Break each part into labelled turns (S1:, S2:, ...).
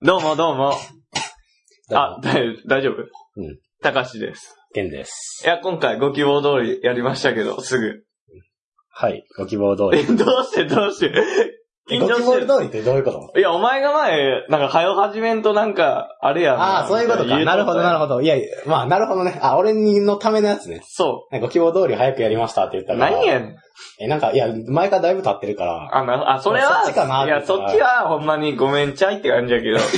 S1: どうもどうも。あ、
S2: あ、
S1: だ大丈夫
S2: うん。
S1: たかしです。
S2: ケンです。
S1: いや、今回ご希望通りやりましたけど、すぐ。
S2: はい、ご希望通
S1: え、
S2: り。
S1: どうしてどうして緊
S2: ご
S1: 張
S2: 希
S1: してる
S2: 望通りってどういうこと
S1: いや、お前が前、なんか、はよ始めんとなんか、あれやな。
S2: ああ、そういうことか。なるほど、なる
S1: ほど。
S2: ほど。いやいや、まあ、なるほどね。あ、俺のためのやつね。
S1: そ
S2: ご希望通り早くやりましたって言っ
S1: う。
S2: たから。
S1: 何やねん。
S2: え、なんか、いや、前からだいぶ経ってるから。
S1: あ、な、あ、それは、
S2: そっちかなっ
S1: い
S2: て
S1: や、そっちは、ほんまにごめんちゃいって感じやけど。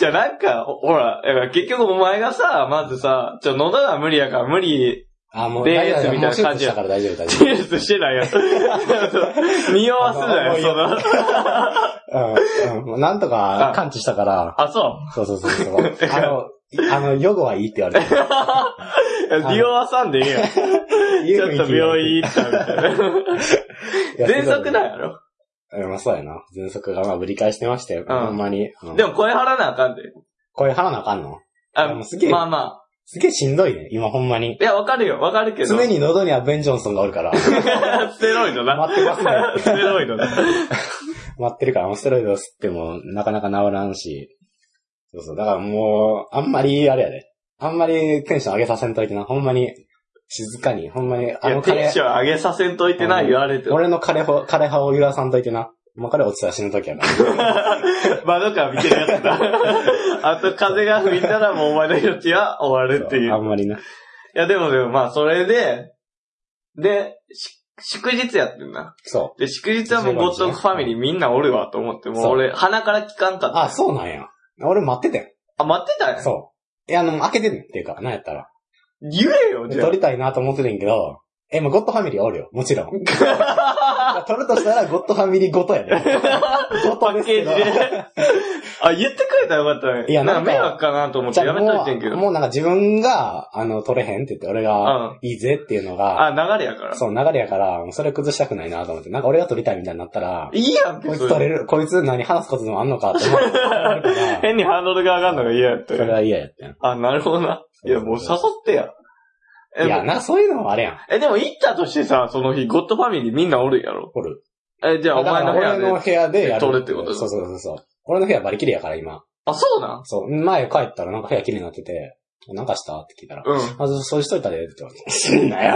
S1: じゃあなんか、ほほら、だから結局お前がさ、まずさ、ちょ、喉が無理やから無理、
S2: あ、もう、
S1: で
S2: 大丈
S1: やつ
S2: 夫、
S1: みたいな
S2: もう手
S1: 感
S2: 術
S1: じ
S2: し
S1: や
S2: たから大丈夫、大丈
S1: テニスしてない やつ。匂わすなよ、その。
S2: 夫。うん、うん。なんとか
S1: あ、
S2: 完治したから。
S1: あ、そ
S2: そうそうそうそう。 あの、あの、予後はいいって言われて。
S1: う。匂わさんでいいよ。 ちょっと病院行ったみたいな。喘息なん
S2: い
S1: やろ
S2: や。うんまあ、そうやな。喘息が、まあ、ぶり返してましたよ。
S1: うん
S2: ほんまに。うん
S1: でも声張らなあかんで。
S2: これ腹なあかんの
S1: あ
S2: でもすげえ
S1: まあまあ。
S2: すげえしんどいね、今ほんまに。
S1: いや、わかるよ、わかるけど。
S2: 常に喉にはベンジョンソンがおるから、待
S1: ステロイドな。
S2: 待ってますね
S1: ステロイドな。
S2: ってるから、ステロイド吸ってもなかなか治らんし。そうそう、だからもう、あんまり、あれやで。あんまりテンション上げさせんといてな、ほんまに、静かに、ほんまに、あ
S1: いや、
S2: の
S1: テン
S2: 彼
S1: シ、ョン上げさせんといてな、言われて。
S2: 俺の彼派、彼派を揺らさんといてな。もう彼落ちたら死ぬときやな。
S1: 窓から見てるやつ だ。あと風が吹いたらもうお前の命は終 わるっていう
S2: あ。んまりな。
S1: いや、でもでも、まあ、それで、で、し祝日やってんな。
S2: そ
S1: で、祝日はもうゴッドファミリーみんなおるわと思って、もう
S2: そう
S1: 俺、鼻から聞かんか
S2: う。
S1: った。
S2: あ、そうなんや。俺待ってて
S1: あ、待ってたん
S2: ん。
S1: や。
S2: そう。いや、あの、開けてんっていうか、なんやったら。
S1: 言えよ、じゃ
S2: 撮りたいなと思っててんけど、え、もうゴッドファミリーはおるよ。もちろ ん。
S1: あ。
S2: 撮るとしたらゴッドファミリーごとやで。ご
S1: パ
S2: とで
S1: ッ
S2: すけ
S1: ケー
S2: ど。
S1: ジ で。あ、言ってくれたらよかったね。
S2: いや
S1: な
S2: なんん
S1: か
S2: か
S1: 迷惑かなと思ってやめといてんけ
S2: じゃあ
S1: ど。
S2: もう、もうなんか自分が、あの、取れへんって言って、俺
S1: う
S2: が、いいぜっていうのが、
S1: あ、流れやから。
S2: そう、流れやから、もうそれ崩したくないなと思って、なんか俺が取りたいみたいになったら、
S1: いいやんけ、
S2: こい
S1: そ
S2: つ取れ
S1: れ。
S2: る、こいつ何話すことでもあんのかって思うある から
S1: 変にハードルが上がるのが嫌やった
S2: それ
S1: よ。
S2: は嫌やったよ
S1: あ、なるほどな。いや、もう誘ってや。え
S2: いや、な、そういうのもあれやん。
S1: え、でも行ったとしてさ、その日、ゴッドファミリーみんなおるやろ
S2: おる。
S1: え、じゃあお前の部屋
S2: だから俺
S1: で。
S2: の部屋でやる。
S1: 撮るってことだ
S2: そうそうそうそう。俺の部屋バリキリやから、今。
S1: あ、そうなん
S2: そう、前帰ったらなんか部屋綺麗になってて、なんかしたって聞いたら、
S1: うん。
S2: まず掃除しといたで、って言われ て。すんなよ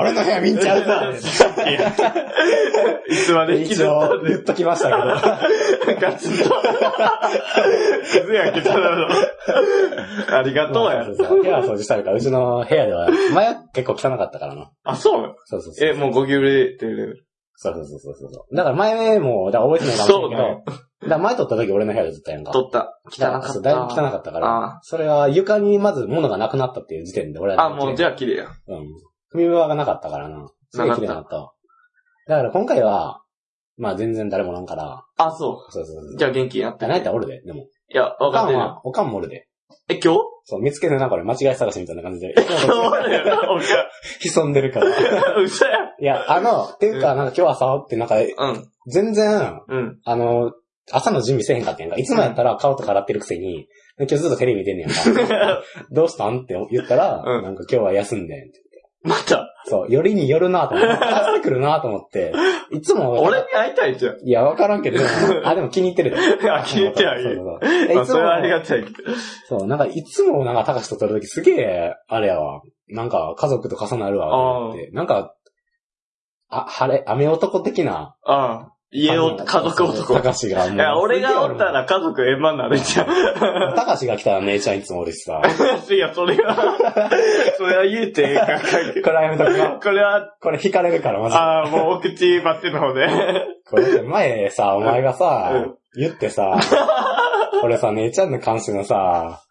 S2: 俺の部屋見んちゃうぞって
S1: いつまで生き
S2: 一
S1: てた
S2: 応
S1: ん、
S2: 言っときましたけど。
S1: ガツ ンと。クズやけただろ。あり がとうや。
S2: そうそうそう部屋は掃除したいから、うちの部屋では、前は結構汚かったからな。
S1: あ、そう
S2: そうそうそう。
S1: え、もうゴキブリってる。
S2: そうそうそうそうそう。だから前も、だから覚えてないかもしれないけど。だから前撮った時俺の部屋でずっとやんか。
S1: 取った。
S2: だ
S1: 汚
S2: ら
S1: か
S2: そ
S1: っ
S2: うだいぶ
S1: た。
S2: 汚かったから。
S1: あ
S2: それは床にまず物がなくなったっていう時点で俺は
S1: あ、もうじゃあ綺麗や。
S2: うん。踏み場がなかったからな。すごい綺麗になったわ。だから今回は、まあ全然誰もおらんから。
S1: あ、そ。
S2: そうそうそうう。
S1: じゃあ元気にやっ
S2: じ
S1: て
S2: ゃ
S1: ね。
S2: ないとおるで、でも。
S1: いや、わ
S2: おか
S1: かって
S2: ん
S1: る。
S2: は、おかんもおるで。
S1: え、今日
S2: そう、見つけてな、これ間違い探しみたいな感じ で。
S1: 今日までやろおか
S2: 潜んでるから。
S1: ん。嘘や。
S2: いや、あの、っていうか、なんか今日朝ってなんか、
S1: うん、
S2: 全然、
S1: うん。
S2: あの、朝の準備せえへんかってんか。いつもやったら顔とか洗ってるくせに、今日ずっとテレビ見てん ねやんか。どうしたんって言ったら、
S1: うん
S2: なんか今日は休んでんって。
S1: また、
S2: そう、よりによるな と思って、朝ってくるなと思って、いつも、
S1: 俺に会いたいじゃん。
S2: いや、わからんけど、あ、でも気に入ってる で。
S1: あ気に入ってはいる
S2: そうそうそう
S1: ま
S2: い
S1: あ
S2: つ
S1: それ
S2: も
S1: はありがたいけど。
S2: そう、なんかいつもなんか高橋と撮るときすげえ、あれやわ。なんか家族と重なるわ、と思って。なんか、あ、晴れ、雨男的な、
S1: うん。家を、家族男。
S2: 高橋がもう。
S1: いや、俺がおったら家族円満になるじゃん。
S2: 高橋が来たら姉ちゃんいつもおるしさ。
S1: いや、それは、 それは言うてええかんけ
S2: これやめとく
S1: ど
S2: わ。
S1: これは、
S2: これ引かれるから、マジで。
S1: ああ、もうお口バッテンの方で。
S2: これ前さ、お前がさ、
S1: うん
S2: 言って さ、俺さ、姉ちゃんの監視のさ、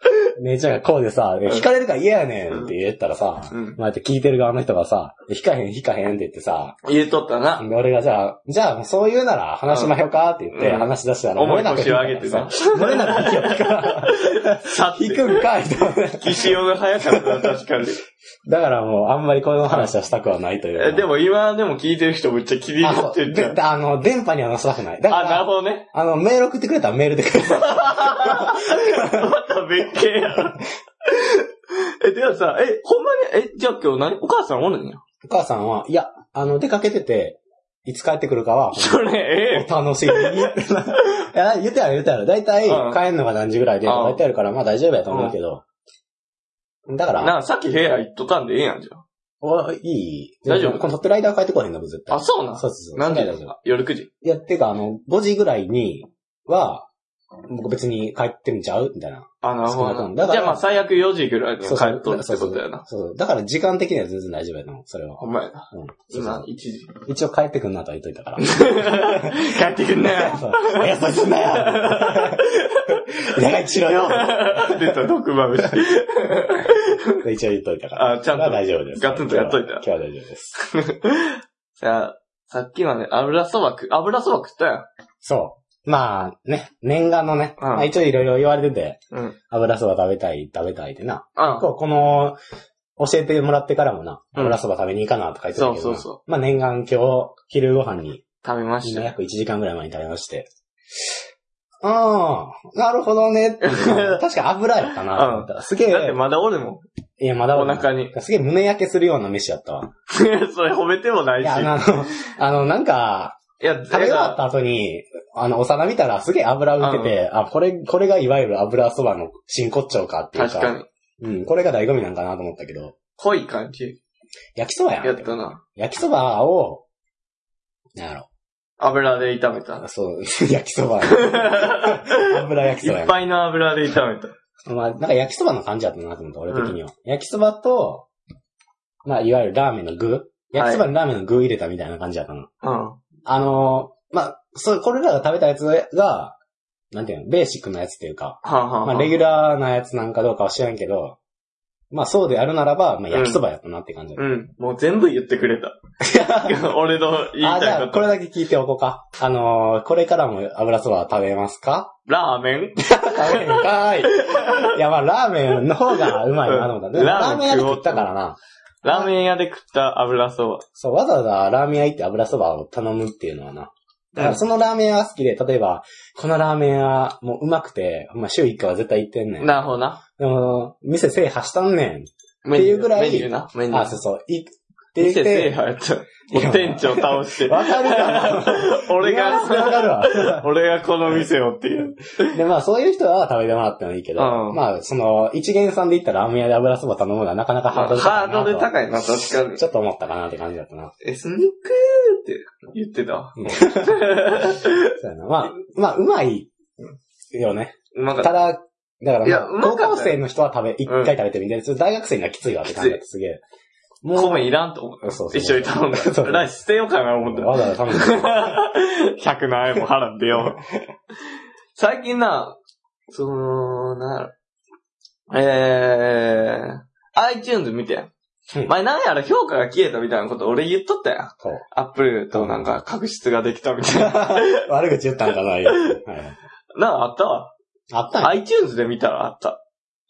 S2: 姉ちゃんがこうでさ、
S1: ん
S2: 引かれるから嫌やねんって言ったらさ、
S1: うん
S2: 前って聞いてる側の人がさ、引かへん引かへんって言ってさ、
S1: 言うとったな。
S2: で俺がじゃあ、じゃあそう言うなら話しまひょうかって言って
S1: うん
S2: 話し出したら、
S1: 重
S2: 俺
S1: い
S2: なんか
S1: 腰を上げて な。
S2: 漏れなく引きよったから、
S1: さっ
S2: 引
S1: て。
S2: くんかいって思って
S1: 岸用が早かったな、確かに。
S2: だからもうあんまりこの話はしたくはないという。
S1: え、でも今でも聞いてる人めっちゃ気に
S2: あ、
S1: なっ
S2: そ
S1: て
S2: う。
S1: るじゃん。
S2: で、あの、電波には載せたくない。だか
S1: あ、なる
S2: ら、
S1: ほどね。
S2: あの、メール送ってくれたらメールでください。
S1: また別件やろ。 え、でもさ、え、ほんまに、え、じゃあ今日何お母さんおるんや。
S2: お母さんは、いや、あの、出かけてて、いつ帰ってくるかは、
S1: それ、ええ
S2: お 楽しみに。いや、言ってやる言ってやる。だいたい
S1: うん
S2: 帰んのが何時ぐらいで、
S1: うん
S2: だいたいあるから、まあ大丈夫やと思うけど。だから、
S1: なあ、さっき部屋行っとかんでええやんじゃん。
S2: おいい
S1: 大丈夫
S2: このトップライダー帰ってこへんの、絶対。
S1: あ、そうなん
S2: そうそうそう。
S1: 何時
S2: 大
S1: で
S2: 丈
S1: す
S2: 夫。
S1: か夜9時。
S2: いや、てか、あの、5時ぐらいには、僕別に帰ってんちゃうみたいな。
S1: あ、なるほ
S2: 少なく
S1: ど
S2: とも
S1: な。
S2: だか
S1: じゃ
S2: ら
S1: あまあ最悪4時ぐらいには
S2: そう
S1: 帰
S2: そ
S1: っとる
S2: う。
S1: っ
S2: そ
S1: て
S2: うそ
S1: こと
S2: う
S1: やな。
S2: そうそう。だから時間的には全然大丈夫やな、それは。
S1: ほんまやな。
S2: うん。そうそ
S1: 今
S2: う、
S1: 1時。
S2: 一応帰ってくんなとは言っといたから。
S1: 帰ってくんな。
S2: そう。優しいんだよ長生きしろよ
S1: 出た、毒まぶし。
S2: 一応言っといたから。
S1: あ、ちゃん
S2: まあ
S1: と。
S2: 大丈夫です。
S1: ガツンとやっといた
S2: 今日は今日は大丈夫です。
S1: じゃあ、さっきはね、油そば食、油そば食ったやん。
S2: そう。まあね、念願のね、
S1: うん
S2: まあ一応いろいろ言われてて、
S1: うん。
S2: 油そば食べたい、食べたいってな。
S1: うん。
S2: こうこの、教えてもらってからもな、
S1: うん
S2: 油そば食べに行かなとか言ってたけどな、
S1: そうそうそ
S2: まあ念願今日、昼ご飯に、
S1: 食べましたよ。
S2: 約1時間ぐらい前に食べまして。うん、なるほどね って。確かに油やったなと思ったら、すげえ、
S1: だってまだ俺も
S2: いや、まだ
S1: お腹に。
S2: すげえ胸焼けするような飯やったわ。
S1: それ褒めてもない
S2: い
S1: し。
S2: や、あの、あのあの、なんか、
S1: いや、
S2: 食べ終わった後に、あの、お皿見たらすげえ油浮けて、あ、これ、これがいわゆる油そばの真骨頂かっていうか。
S1: 確かに。
S2: うん、これが醍醐味なんかなと思ったけど、
S1: 濃い感じ。
S2: 焼きそばやん。
S1: やったな。
S2: 焼きそばを、なんやろ。
S1: 油で炒めた。
S2: そう、焼きそば。 油焼き
S1: い
S2: そばや
S1: っ
S2: ん。
S1: ぱいの油で炒めた。
S2: まあ、なんか焼きそばの感じやったなと思った、俺的には。焼きそばと、まあ、いわゆるラーメンの具焼きそばにラーメンの具入れたみたいな感じやったの。
S1: うん。
S2: あのーまあ、そう、これらが食べたやつが、なんていうの、ベーシックなやつっていうか、
S1: はんはんはん
S2: まあ、レギュラーなやつなんかどうかは知らんけど、まあ、そうであるならば、まあ、焼きそばやったなって感じだ、
S1: うん。もう全部言ってくれた。 俺の言い
S2: あ、じ
S1: た
S2: ゃ
S1: い
S2: あ、
S1: こ。
S2: ことれだけ聞いておこうか。あのーこれからも油そば食べますか
S1: ラーメン
S2: 食べへんかーい。いや、まあ、ラーメンの方がうまいなと思った。
S1: うん
S2: ラーメン屋で
S1: ラーメン食おう
S2: 食ったからな。
S1: ラーメン屋で食った油そ
S2: そう、わざわざラーメン屋行って油そばを頼むっていうのはな。だか
S1: ば
S2: ら。そのラーメン屋は好きで、例えば、このラーメン屋もううまくて、まあ週1回は絶対行ってんねん。
S1: なるほどな。
S2: でも、店制覇したんね
S1: メニュー
S2: っていうぐらい
S1: メニューな。メニ
S2: ん。
S1: ュー。
S2: あ、そうそう、行って言っ
S1: 店制
S2: て、
S1: 覇やった。もう店長倒 して。
S2: わかるか
S1: 俺
S2: いや
S1: が
S2: ー、わかるわ。
S1: 俺がこの店をっていう。
S2: で、まあそういう人は食べてもらってもいいけど、
S1: うん
S2: まあその、一元さんで行ったらラーメン屋で油そば頼むのはなかなかハードル高い
S1: ハ
S2: な
S1: ー
S2: と。
S1: ドル高いな、確かに。
S2: ちょっと思ったかなって感じだったな。
S1: エスニックって言ってたわ。
S2: そうやな。まあ、まあうまいよね。
S1: うまかった
S2: た。だ、だから、
S1: いや
S2: まあ
S1: うまか
S2: 高
S1: ったよ
S2: 校生の人は食べ、一回食べてみて、それ大学生にはきついわって感じだった。すげえ。もう、
S1: 米いらんと思っ
S2: そうそう
S1: た。一緒に頼んだ
S2: そう。
S1: ライス捨てようかな、思った。
S2: わざわざ頼ん で。
S1: 100何円も払ってよ。最近な、その、なんやろ。えー、iTunes 見て
S2: うん。
S1: 前なんやら評価が消えたみたいなこと俺言っとったやん。
S2: そう
S1: Apple となんか確執ができたみたいな。
S2: 悪口言ったんかな、いやはい
S1: なんかあったわ。
S2: あったんや。
S1: iTunes で見たらあった。
S2: あ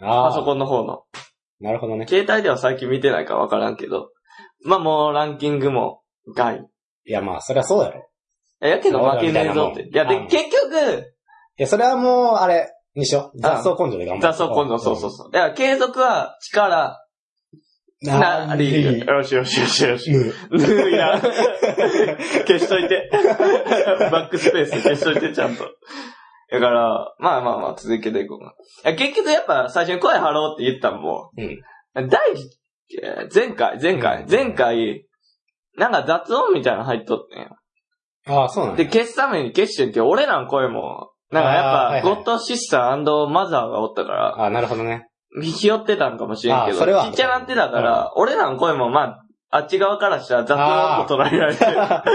S1: パ
S2: あ、
S1: ソコンの方の。
S2: なるほどね。
S1: 携帯では最近見てないからわからんけど。まあもうランキングも外。
S2: いや、まあ、そりゃそうやろ。
S1: えやけど負けねえぞって。
S2: み
S1: い
S2: た
S1: や、
S2: いなもん
S1: で、結局、
S2: いや、それはもう、あれ、にしよう。
S1: ん
S2: 雑草根性で頑張
S1: 雑草今度、そうそうそう。だから継続は力
S2: う
S1: なり。
S2: ー
S1: よしよしよしよし。
S2: ぬ
S1: い や、消しといて。バックスペース消しといて、ちゃんと。だから、まあまあまあ、続けていこうかな。いや結局やっぱ最初に声張ろうって言ったのも、
S2: うん。
S1: 第、えー前回、前回、前回、なんか雑音みたいなの入っとってんよ
S2: ああ、そうなん
S1: で、
S2: や。
S1: 消すために消してんって、俺らの声も、なんか
S2: あー
S1: や
S2: は
S1: っ
S2: い
S1: ぱ、
S2: はい
S1: ゴッドシスターマザーがおったから、
S2: ああ、なるほど ね。
S1: 見ひよってたんかもしれんけ
S2: あ
S1: ど、
S2: ーそれは
S1: ちっちゃなってたから、俺らの声もまあ、あっち側からしたら雑音と捉えられて、
S2: そうやな。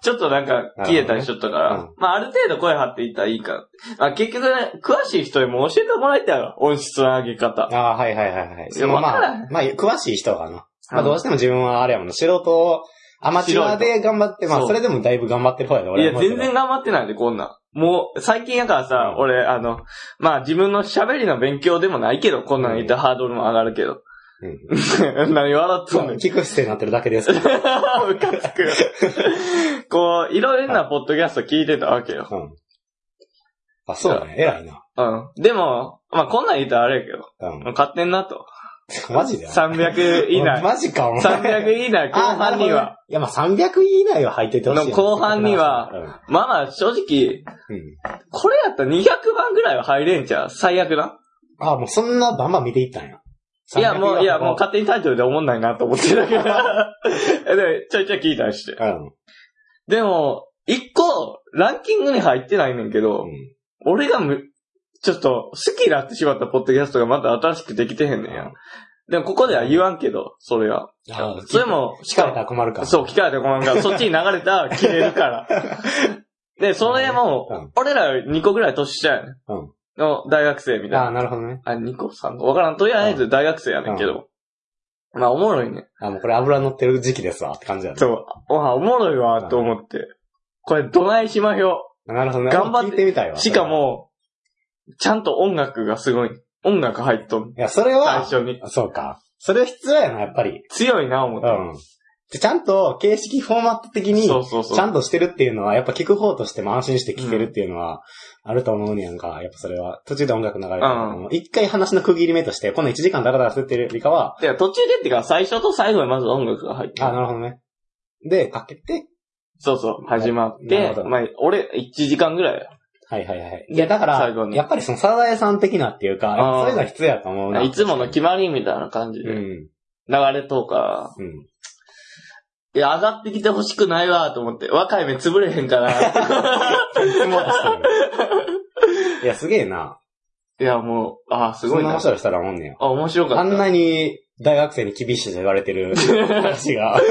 S1: ちょっとなんか消えたりしとったから、
S2: なるほどね
S1: まあある程度声張っていったらいいから。まあ結局ね、詳しい人にも教えてもらいたいわ、音質の上げ方。
S2: ああ、はいはいはいはい。
S1: いや
S2: その
S1: わから
S2: まあ、まあ、詳しい人がな。まあ、どうしても自分はあれやもんな。素人を、アマチュアで頑張って、ま
S1: そ
S2: あ、
S1: う
S2: それでもだいぶ頑張ってる方やで、
S1: い
S2: 俺
S1: や、
S2: は思うけ
S1: 全
S2: ど。
S1: 然頑張ってないで、こんなん。もう、最近やからさ、
S2: うん
S1: 俺、あの、まあ自分の喋りの勉強でもないけど、こんなん言ったらハードルも上がるけど。 何笑っとん
S2: ま
S1: ね
S2: あ
S1: ん。
S2: 聞く姿勢になってるだけですけ ど。
S1: ムカつ く。こう、いろいろなポッドキャスト聞いてたわけよ。
S2: うん。あ、そうだね。偉いな。
S1: うん。でも、まあこんなん言ったらあれやけど、
S2: うん。
S1: 勝手になと。
S2: マジで
S1: 300以 内。
S2: マジか、お前。
S1: 300以内、後半には。
S2: いや、まあ、300位以内は入っててほしいな。
S1: の後半にはまあまあ、正直、
S2: うん。うん。
S1: これやったら200番ぐらいは入れんちゃう最悪な。
S2: あ、もうそんなバンバン見ていったんや。
S1: いや、もう、いや、もう
S2: か、
S1: 勝手にタイトルで思んないなと思ってたけど。 で、ちょいちょい聞いたりして。
S2: うん。
S1: でも、一個、ランキングに入ってないねんけど、
S2: うん
S1: 俺がむ、ちょっと、好きになってしまったポッドキャストがまた新しくできてへんねんや。でも、ここでは言わんけど、それは。
S2: あー
S1: それも、
S2: 聞かれたら困るから。
S1: そう、聞かれてごめん から、そっちに流れたら切れるから。で、それも、
S2: うん
S1: 俺ら2個ぐらい年下やねん。
S2: うん
S1: の大学生みたい
S2: あ
S1: な
S2: あ、。なるほどね。
S1: あ、2個 ?3 個わからん。とりあえず大学生やねんけど。まあ、おもろいね。
S2: あ、もうこれ油乗ってる時期ですわ、って感じだね。
S1: そう。あ、おもろいわ、と思って。これ、どないしまひょ
S2: なるほどね。
S1: 頑張って
S2: 聞いてみたいわ。
S1: う。しか。も、ちゃんと音楽がすごい。音楽入っとん。
S2: いや、それ
S1: 最
S2: は、
S1: 初に。
S2: そうか。それ必要やな、やっぱり。
S1: 強いな、思っ
S2: うん。でちゃんと、形式フォーマット的
S1: て。
S2: に、
S1: そうそうそう。
S2: ちゃんとしてるっていうのは、やっぱ聞く方としても安心して聞けるっていうのは、あると思うねやんか。やっぱそれは、途中で音楽流れてるのも一回話の区切り目として、この1時間だらだらするっていうよりかは、
S1: いや、途中でってか、最初と最後にまず音楽が入ってる
S2: あ、なるほどね。で、かけて、
S1: そうそう、始まっ
S2: なる
S1: て
S2: ほ、ど
S1: まあ、俺、1時間ぐらい
S2: はいはいはい。いや、だから
S1: 最後、に
S2: やっぱりそのサザエさん的なっていうか、
S1: あー
S2: そういうのは必要やと思うな。
S1: や。いつもの決まりみたいな感じ
S2: う
S1: で、
S2: ん。
S1: 流れとか、
S2: うん。
S1: いや、上がってきてほしくないわ、と思って。若い目潰れへん から。
S2: いつもとしてる いや、すげえな。
S1: いや、もう、ああ、す
S2: そ
S1: ごい
S2: んな
S1: な
S2: 面。白い人らもんねよ。
S1: あ、面白かった。
S2: あんなに大学生に厳しいと言われてる話が。い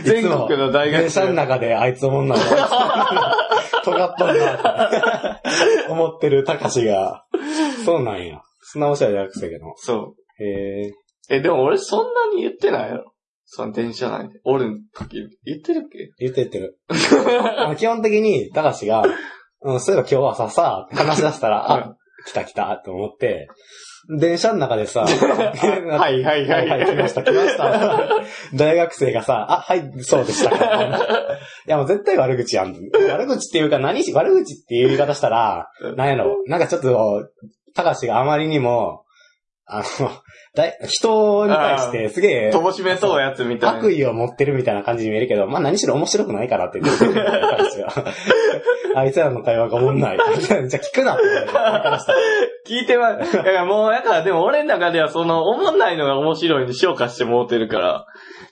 S1: 全
S2: つ
S1: 国
S2: も
S1: の大学
S2: 電車の
S1: 生。
S2: 中であいつ女 の子、尖っとるなって思ってるたかしが。そうなんや。そんな面白い大学生けど。
S1: そう。
S2: へえ。
S1: え、でも俺そんなに言ってないやろ。その電車内で。俺の時、言ってるっけ
S2: 言ってっ てる。あの基本的に、たかしが、うん、そういえば今日はさ、さ、話し出したら、
S1: うん
S2: あ、来た来た、と思って、電車の中で さ、
S1: はいはいは
S2: はい
S1: い
S2: はい、来ました、来ました。大学生がさ、あ、はい、そうでした。いや、もう絶対悪口やん。悪口っていうか、何し、悪口っていう言い方したら
S1: う、ん
S2: なんやろ、なんかちょっと、たかしがあまりにも、あの、だい人に対してすげえ
S1: と、ぼしめそうやつみたいな。
S2: 悪意を持ってるみたいな感じに見えるけど、まあ何しろ面白くないからって言ってる。私 はあいつらの会話がおもんない。 じゃあ聞くなって言われて。
S1: 聞いてま、いやもう、だからでも俺の中ではその、思んないのが面白いに昇華してもうてるから、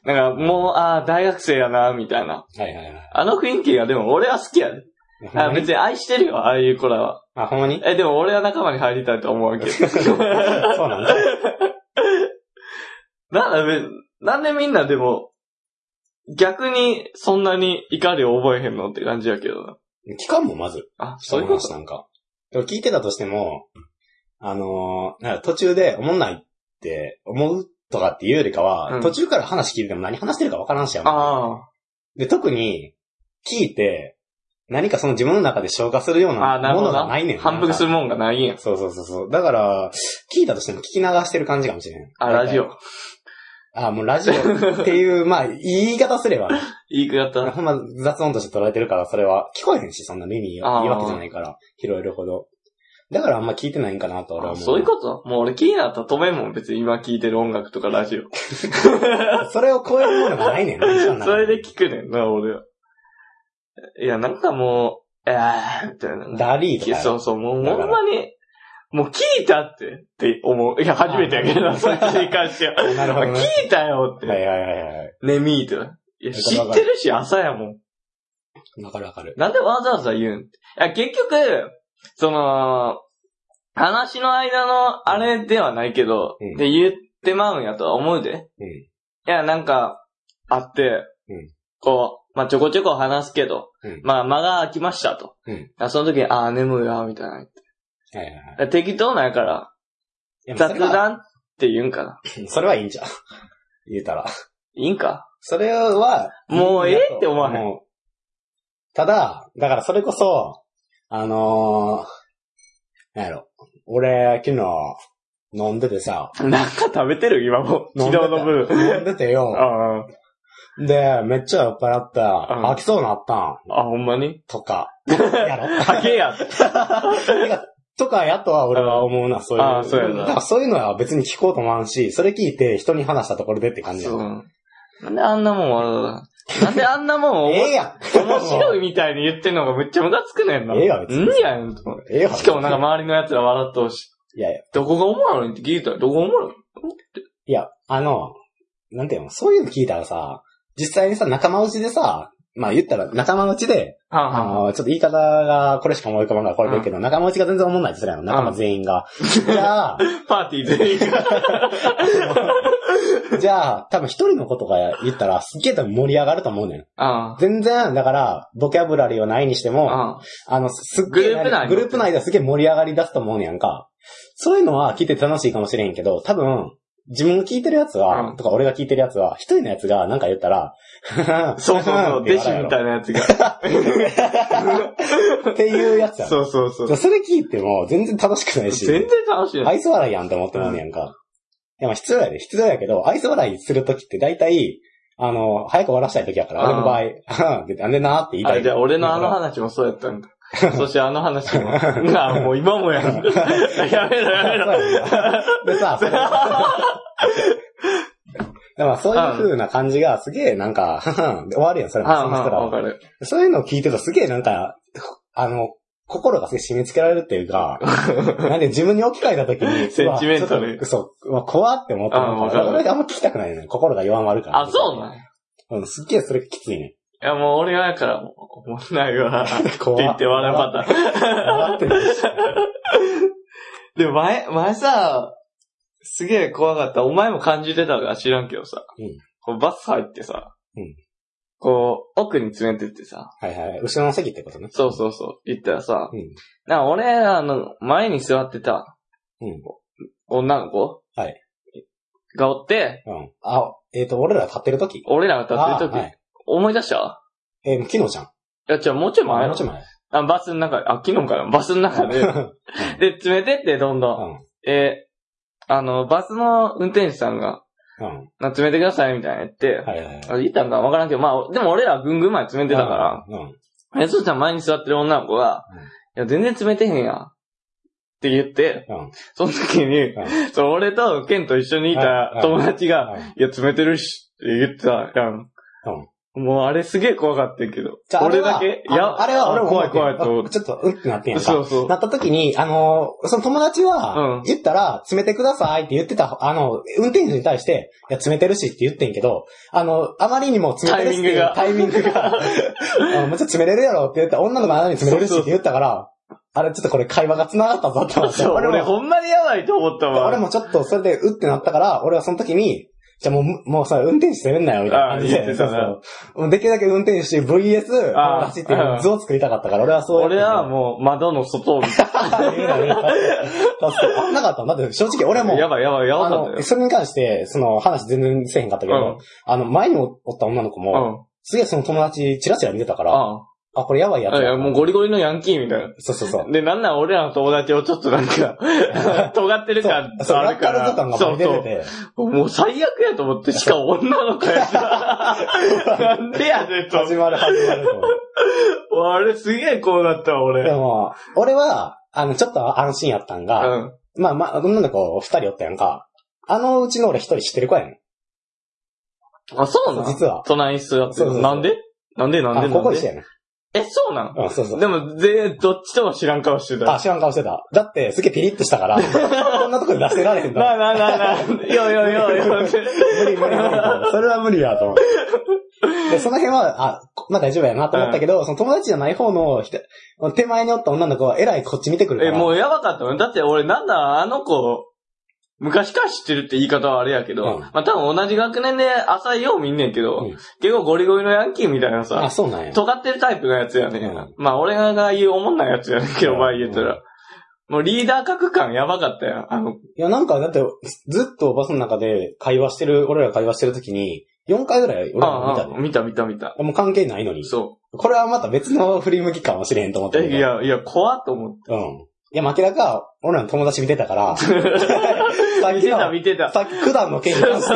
S1: なんかもう、ああ、大学生やな、みたいな。
S2: はいはいはい
S1: あの雰囲気がでも俺は好きやで。
S2: ほん
S1: あ
S2: まに。
S1: 別に愛してるよ、ああいう子らは。
S2: あ、ほんま に
S1: え、でも俺は仲間に入りたいと思うわけ。
S2: そうなんだ。
S1: なんだべ、なんでみんなでも、逆にそんなに怒りを覚えへんのって感じやけどな。
S2: 聞かんもん、まず。
S1: あ、
S2: そ
S1: そうう
S2: い
S1: いうう
S2: こ
S1: ことと
S2: なんか。でも聞いてたとしても、あのーなんか途中でおもんないって思うとかっていうよりかは、
S1: うん
S2: 途中から話聞いても何話してるかわからんしやん。
S1: あ
S2: で、特に、聞いて、何かその自分の中で消化するよう
S1: あ、あ
S2: な
S1: あ、なる
S2: も
S1: ほ
S2: の
S1: ど
S2: が
S1: な。
S2: ないねん。
S1: 反復す
S2: る。
S1: るもんがないんや。
S2: そうそうそうそう。だから、聞いたとしても聞き流してる感じかもしれん。
S1: あ、ラジオ。
S2: あ、もうラジオっていう、 まあ、言い方すれば、
S1: 言い方。
S2: ほんま雑音として捉えてるから、それは聞こえへんし、そんな耳にいい
S1: あー
S2: わけじゃないから、拾えるほど。だからあんま聞いてないんかなと俺は
S1: あ
S2: 思う。
S1: そういうこともう俺気になったら止めんもん。別に今聴いてる音楽とかラ ジオ。
S2: それを超えるものがない ねん、電車の中
S1: それで聞くねんな、俺は。いや、なんかもう、えー、みたいな。
S2: ダリーとかや。
S1: そうそう、もう
S2: だから
S1: ほんまに、もう聞いたって、って思う。いや、初めてやけど
S2: あ
S1: な、そっちに関しては。
S2: なるほどね
S1: 聞いたよって。
S2: はいはいはいはい。
S1: ね、ミート。いや、知ってるし、朝やもん。
S2: わかるわかる。
S1: なんでわざわざ言うんいや、結局、その、話の間のあれではないけど、
S2: うん
S1: で言ってまうんやとは思うで。
S2: うん
S1: いや、なんか、あって、
S2: うん
S1: こう、まあ、ちょこちょこ話すけど、
S2: うん
S1: まあ、間が空きましたと。
S2: う
S1: だ
S2: ん
S1: からその時に、ああ、眠いわ、みたいな。だか
S2: はいはいはい
S1: ら適当なんやから、
S2: いや。
S1: 雑
S2: それは
S1: 談って言うんかな。
S2: それはいいんじゃん。言うたら。
S1: いいんか
S2: それは、
S1: もうええって思わへん
S2: もうただ、だからそれこそ、あのー、なんやろ。俺、昨日、飲んでてさ、
S1: なんか食べてる今も。
S2: 飲ん
S1: 昨日
S2: でて
S1: の分。
S2: 飲んでてよ。
S1: あ
S2: で、めっちゃ酔っ払った。
S1: ん
S2: 飽きそうなったん。
S1: あ、あ、ほんまに
S2: とか。やろ。
S1: ハゲや。
S2: それがとかやとは俺は思うな、そういう。
S1: あーそうやな
S2: だからそういうのは別に聞こうと思わんし、それ聞いて人に話したところでって感じや
S1: そ
S2: な。
S1: う。なんであんなもんわざわざなんであんなもんを
S2: ええやん
S1: 面白いみたいに言ってんのがめっちゃムカつくねんな。
S2: ええやん別に
S1: んやんと思って。
S2: ええやん
S1: しかもなんか周りの奴ら笑っとうし。
S2: いやいや、
S1: どこがおもろいって聞いたら、どこがおもろい
S2: いや、あの、なんていうの、そういうの聞いたらさ、実際にさ、仲間内でさ、まあ言ったら仲間内で、
S1: はん
S2: あ
S1: はん。
S2: の、ちょっと言い方がこれしか思い浮かばんからこれでいいけど、仲間内が全然思んないって言ってたやん、仲間全員 が。じゃあ、
S1: パーティー全員が。
S2: じゃあ、多分一人のことが言ったらすっげえ多分盛り上がると思うねん。
S1: あ
S2: 全然、だから、ボキャブラリーはないにして
S1: あ。
S2: も、
S1: ああ。
S2: あの、すっ
S1: グ
S2: げえ、
S1: ループ内の
S2: グループ内ですげえ盛り上がり出すと思うねやんか。そういうのは聞いて楽しいかもしれんけど、多分、自分が聞いてるやつは、
S1: うん
S2: とか俺が聞いてるやつは、一人のやつがなんか言ったら、
S1: そうそう そう、弟子みた
S2: い
S1: いなやつが。
S2: な。っていうやつやん。
S1: そうそうそう。
S2: それ聞いても全然楽しくないし、
S1: 全然楽しいよ。
S2: 愛想笑いやんって思ってもんねやんか。いや、まあ必要やで、必要やけど、愛想笑いするときって大体、あの、早く終わらせたいときやから、俺の場合、 うんでなんでなーって言いた
S1: あ、
S2: い。
S1: じゃあ俺のあの話もそうやったんだ。そしてあの話 も。なあ、もう今もやん。やめろやめ ろ。
S2: で さ、それでもそういう風な感じがすげえなんか、 で終わるやん、それも
S1: は
S2: そ
S1: ん
S2: の
S1: は
S2: 人
S1: ん、
S2: ら
S1: わ
S2: は。
S1: かる。
S2: そういうのを聞いてるとすげえなんか、あの、心がすげえ締め付けられるっていうか、 なんで自分に置き換えた時に、
S1: センチメンタル
S2: うわちょっとそう、うわ怖って思ってる
S1: あわ
S2: か
S1: かる
S2: ら、俺あんま聞きたくないね。心が弱まるから。
S1: あ、そうなんい
S2: うん、すっげえそれきついね。
S1: や、もう俺はやから、もう、おもんない わ。って
S2: 怖
S1: 言って笑うパターン。
S2: 笑ってるし。
S1: で、前、前さ、すげえ怖かった。お前も感じてたか知らんけどさ。
S2: うん
S1: こうバス入ってさ。
S2: うん
S1: こう、奥に詰めてってさ。
S2: はいはい。後ろの席ってことね。
S1: そうそうそう。言ったらさ。
S2: うん。
S1: なんか俺、あの、前に座ってた
S2: うん。
S1: 女の子
S2: はい。
S1: がおって、
S2: うん。あ、えっ、と、俺ら立ってる時
S1: 俺らが立ってる時、
S2: あはい。
S1: 思い出した
S2: えー、昨日じゃん。
S1: いや、じゃあもうちょい前
S2: もうちょい前。
S1: あ、バスの中で、あ、昨日からバスの中 で。 で、詰めてって、どんどん。
S2: う
S1: えーあの、バスの運転手さんが、
S2: ん。うん。
S1: な詰めてください、みたいな言って、
S2: はいはいはい。
S1: あ言ったんかわからんけど、まあ、でも俺らはぐんぐん前詰めてたか
S2: うん。うん。
S1: ら、え、そうちゃん前に座ってる女の子がい
S2: うん、
S1: や、全然詰めてへんやん。って言って、
S2: うん。
S1: その時に、その俺とケンと一緒にいた
S2: うん
S1: 友達が、
S2: うん
S1: いや、詰めてるし、って言ってたやん。もうあれすげえ怖かったけど
S2: じゃ。あ
S1: 俺だけ
S2: あ
S1: いや、
S2: あれは俺も
S1: 怖い怖いと思っ
S2: あ
S1: て。
S2: ちょっと、うんってなってんやん
S1: そう
S2: か。
S1: そう。
S2: なった時に、あのーその友達は、
S1: うん
S2: 言ったら、詰めてくださいって言ってた、あの、運転手に対して、いや、詰めてるしって言ってんけど、あの、あまりにも詰めてるしっていうタイミングが、 あのもうちょっと詰めれるやろって言った女の子の穴に詰めれるしって言ったから、あれちょっとこれ会話が繋がったぞって思って。
S1: そう、俺
S2: 俺も、
S1: ほんまにやばいと思ったわ。
S2: 俺もちょっとそれでうってなったから、俺はその時に、じゃあもうむ、もうさ、運転手責めんなよ、みたいな感じ
S1: あー言
S2: で。
S1: ってた
S2: そう
S1: な
S2: そう。もうできるだけ運転手 VS、
S1: あー
S2: 走っていう図を作りたかったから、俺はそうやって
S1: 俺はもう窓の外を見た。
S2: 言うな言うな助けあなかった。だって正直 俺も、
S1: やばいやばいやば
S2: あ
S1: かった
S2: の、それに関して、その話全然せえへんかったけど、
S1: よ。
S2: あの、前におった女の子
S1: うん。う
S2: も、
S1: ん。
S2: すげえその友達チラチラ見てたから、
S1: あ
S2: あ、これやばいやつ
S1: あ。いや、もうゴリゴリのヤンキーみたいな。
S2: そうそうそう。
S1: で、なんなら俺らの友達をちょっとなん か、尖ってる
S2: そう
S1: 感、
S2: そう、
S1: あ
S2: ラ
S1: る
S2: ッカ
S1: か
S2: ル
S1: ら
S2: と。感が
S1: そ
S2: 前
S1: う
S2: に出て
S1: そ
S2: て、
S1: う。もう最悪やと思って、しかも女の子やし。 なんでやねんと。
S2: 始まる始まると思う。
S1: あれすげえこうなったわ、
S2: で
S1: 俺。
S2: も、俺は、あの、ちょっと安心やったん
S1: う
S2: が、
S1: ん。
S2: まあまあ、女の子二人おったやんか、あのうちの俺一人知ってる子やねん。
S1: あ、そうなの
S2: 実は。
S1: 隣に座って
S2: そうそうそ
S1: る。
S2: う
S1: なんでなんでなん
S2: あ
S1: で
S2: の、こ
S1: な
S2: こ
S1: ん
S2: 一緒
S1: で
S2: やねん。
S1: え、そうなの
S2: うん、そうそう。
S1: でも、で、どっちとも知らん顔してた。
S2: あ、知らん顔してた。だって、すげえピリッとし たから、こんなとこで出せられへんだろ
S1: なあなあなあなあ。よよよよ。
S2: 無理無理無理 と。それは無理やと思う。で、その辺は、あ、こまあ大丈夫やなと思ったけど、その友達じゃない方の人、手前におった女の子は、えらいこっち見てくるか
S1: え、
S2: ら。
S1: もうやばかったもん。だって俺なんだ、あの子、昔から知ってるって言い方はあれやけど、
S2: うん
S1: まあ多分同じ学年で浅いよう見んねんけど、
S2: うん
S1: 結構ゴリゴリのヤンキーみたいな
S2: あ、
S1: さ、
S2: そうなんや。
S1: 尖ってるタイプのやつやね、
S2: うん
S1: まあ俺が言うおもんないやつやねんけど、
S2: うん
S1: 前言ったら。もうリーダー格感やばかったやん。あの、
S2: いや、なんか、だって、ずっとバスの中で会話してる、俺ら会話してる時に、4回ぐらい俺ら
S1: あ
S2: 見た
S1: あ
S2: で、
S1: 見た見た見た。
S2: もう関係ないのに。
S1: そ
S2: これはまた別の振り向きかもしれへんと思っ
S1: う。
S2: て。
S1: え、い。や、いや、怖っと思っ
S2: うん。いや、明らか、俺らの友達見て たから、さ
S1: た。
S2: っ
S1: 見
S2: き
S1: てた
S2: の、
S1: 見てた。
S2: さっき九段の件に関して、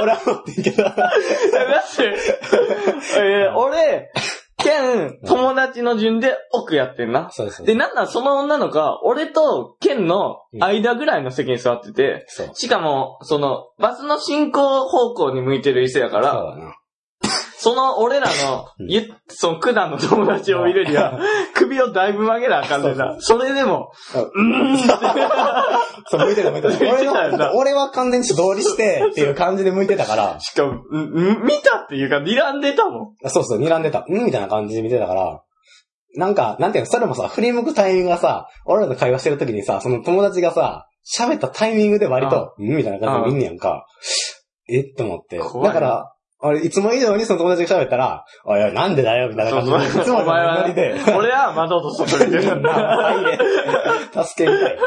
S2: 俺は思ってんけど、
S1: だ って、えー俺、剣、友達の順で奥やってんな。
S2: そうそう。
S1: で、なんならその女の子は、俺と剣の間ぐらいの席に座ってて、
S2: そう。
S1: しかも、その、バスの進行方向に向いてる椅子やか
S2: そう
S1: ら、
S2: だな。
S1: その俺らの、
S2: うん
S1: ゆその管の友達を見るには、首をだいぶ曲げなあかんねんな。それでも、
S2: そう
S1: うーんって。
S2: そう、向いてた向いてた。
S1: 向いて
S2: 俺
S1: たよな
S2: の、俺は完全に道理してっていう感じで向いてたから、
S1: しかも、んん見たっていうか、睨んでたもん。
S2: あそうそう、睨んでた。うんみたいな感じで見てたから、なんか、なんていうの、それもさ、振り向くタイミングがさ、俺らと会話してる時にさ、その友達がさ、喋ったタイミングで割と、うんみたいな感じで見んねやんか。えって思って。
S1: 怖い
S2: だから、俺、いつも以上にその友達が喋ったら、おいおい、なんでだよみたいな感じで、いつも
S1: お前
S2: の
S1: は
S2: ノリで
S1: ね、、俺は窓と外に出るんだ。
S2: いね。助けみ たい。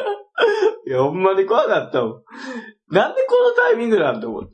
S1: いや、ほんまに怖かったもん。なんでこのタイミングなんて思った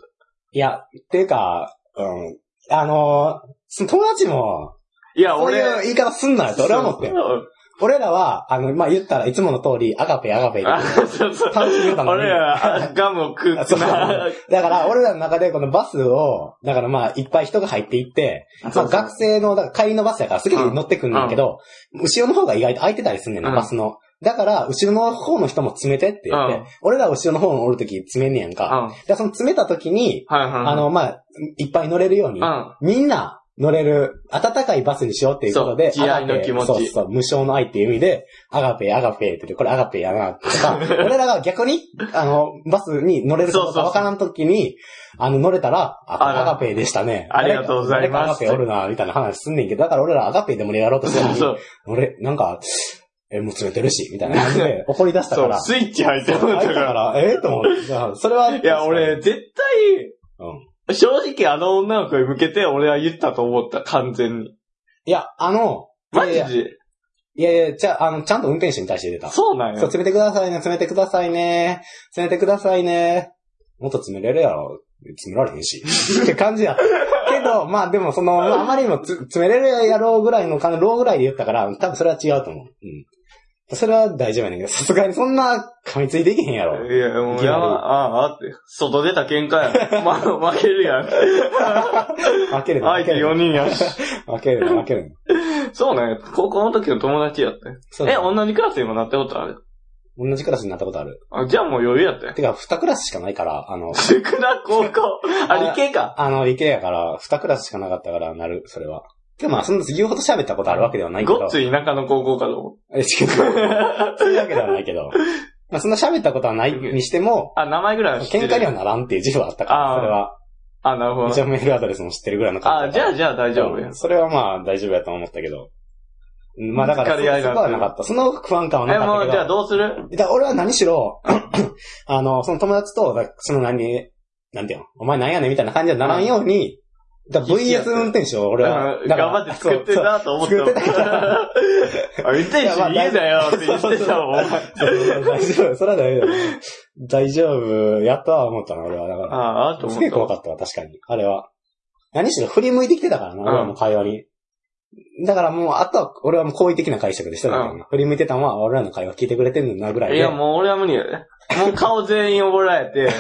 S2: いや、っていうか、うん、あのーその友達も、
S1: いや、
S2: こう
S1: 俺、
S2: いう言い方すんなよって俺は思ってん。
S1: そう
S2: 俺らは、あの、まあ、言ったらいつもの通り、アガペアガペで
S1: あ、そうそう。
S2: 楽しみだね
S1: 俺ら、ガムを食う
S2: あそう
S1: な。
S2: だから、俺らの中でこのバスを、だからまあ、いっぱい人が入っていって、まあ、学生の、だから帰りのバスやからすぐに乗ってくんだけど、後ろの方が意外と空いてたりすんねんな、
S1: うん
S2: バスの。だから、後ろの方の人も詰めてって言って、
S1: うん
S2: 俺ら後ろの方におるとき詰めんねや
S1: う
S2: ん
S1: ん。
S2: か。
S1: はい
S2: で、その詰めたときに、
S1: はいはい。
S2: あの、まあ、いっぱい乗れるように、
S1: う
S2: みんな乗れる、暖かいバスにしようっていうことで、
S1: そう慈愛の気持ち
S2: アガペそうそう、無償の愛っていう意味で、アガペ、アガペって言って、これアガペやな、とか、俺らが逆に、あの、バスに乗れることがわからんときに、あの、乗れたら、あ、これ
S1: あら
S2: アガペでしたね。
S1: ありがとうございます
S2: 誰かアガペおるな、みたいな話すんねんけど、だから俺らアガペでもやろうとしてるの
S1: ん。そ
S2: に、
S1: う。
S2: 俺、なんか、え、もう詰めてるし、みたいな感じで怒り出した
S1: そ
S2: か
S1: う、
S2: ら。
S1: スイッチ入っても
S2: だ
S1: らっ
S2: か
S1: たから。
S2: ら、ええと思ってだから、それは。
S1: いや、俺、、絶対、
S2: うん。
S1: 正直あの女の子に向けて俺は言ったと思った、完全に。
S2: いや、あの、
S1: マジ
S2: いやいや
S1: で
S2: いやいや、じゃあ、あの、ちゃんと運転手に対して出た。そ
S1: そうなん
S2: う、
S1: や。
S2: 詰めてくださいね、詰めてくださいね、詰めてくださいね。もっと詰めれるやろ。詰められへんし。って感じやった。けど、まあでもその、まああまりにもつ詰めれるやろうぐらいの感じ、ローぐらいで言ったから、多分それは違うと思う。うん。それは大丈夫やねんけど、さすがにそんな噛みついていけへんやろ。
S1: いや、も、
S2: いうきなり
S1: やば、ああ、って。外出た喧嘩 や。ま、負けるやん。相手
S2: 負けるな、負ける
S1: 4
S2: な。
S1: 人やし。
S2: 負けるな、負けるな。
S1: そうなんや。高校の時の友達やったよ。
S2: そう
S1: え、
S2: だ
S1: 同じクラスにもなったことある
S2: 同じクラスになったことある。
S1: あじゃあもう余裕やったよ。
S2: てか、二クラスしかないから、あの、
S1: 少な高校。あ、理系か。
S2: あの、理系やから、二クラスしかなかったから、なる、それは。でもまあ、そんな言うほど喋ったことあるわけではないけど。
S1: ごっつい田舎の高校かと思う。
S2: え、違う。そういうわけではないけど。まあ、そんな喋ったことはないにしても、
S1: あ、名前ぐらいは知って
S2: 喧
S1: る。
S2: 嘩にはならんっていう自負はあったか
S1: あー
S2: ら、それは。
S1: あ、なるほ
S2: 一
S1: ど。
S2: 応メールアドレスも知ってるぐらいの
S1: あ、
S2: 感
S1: じ
S2: じ
S1: ゃ
S2: だ
S1: あ、
S2: から。
S1: じゃあ大丈夫や
S2: うん。それはまあ、大丈夫やと思ったけど。うんまあ、だからそ、
S1: ぶつかり合い
S2: そ
S1: なん
S2: こ
S1: て
S2: はなかった。その不安感はな
S1: え、
S2: か
S1: も
S2: っ
S1: う、じゃ
S2: た
S1: あどうする
S2: けど。だから俺は何しろ、 あの、その友達と、だその何、なんていうの、お前なんやねんみたいな感じにはならんように、だから VS 運転手を俺は、
S1: うん
S2: だから
S1: 頑張って作ってんなと思って
S2: そうそう作ってた か
S1: あ、運転手家だよって言ってたもん。あ
S2: 大丈 夫、それは大丈夫。大丈夫、やったわ、思ったな、俺は。だか
S1: あ、あと
S2: ら。
S1: 思
S2: す
S1: っ
S2: げえ怖
S1: た。
S2: かったわ、確かに。あれは。何しろ振り向いてきてたからな、
S1: うん
S2: 俺はもう会話に。だからもう、あとは、俺はもう好意的な解釈でしたけど、
S1: う
S2: 振り向いてたのは、俺らの会話聞いてくれてるんだな、ぐらい
S1: い
S2: で。
S1: や、もう俺は無理やね。もう顔全員覚えられて、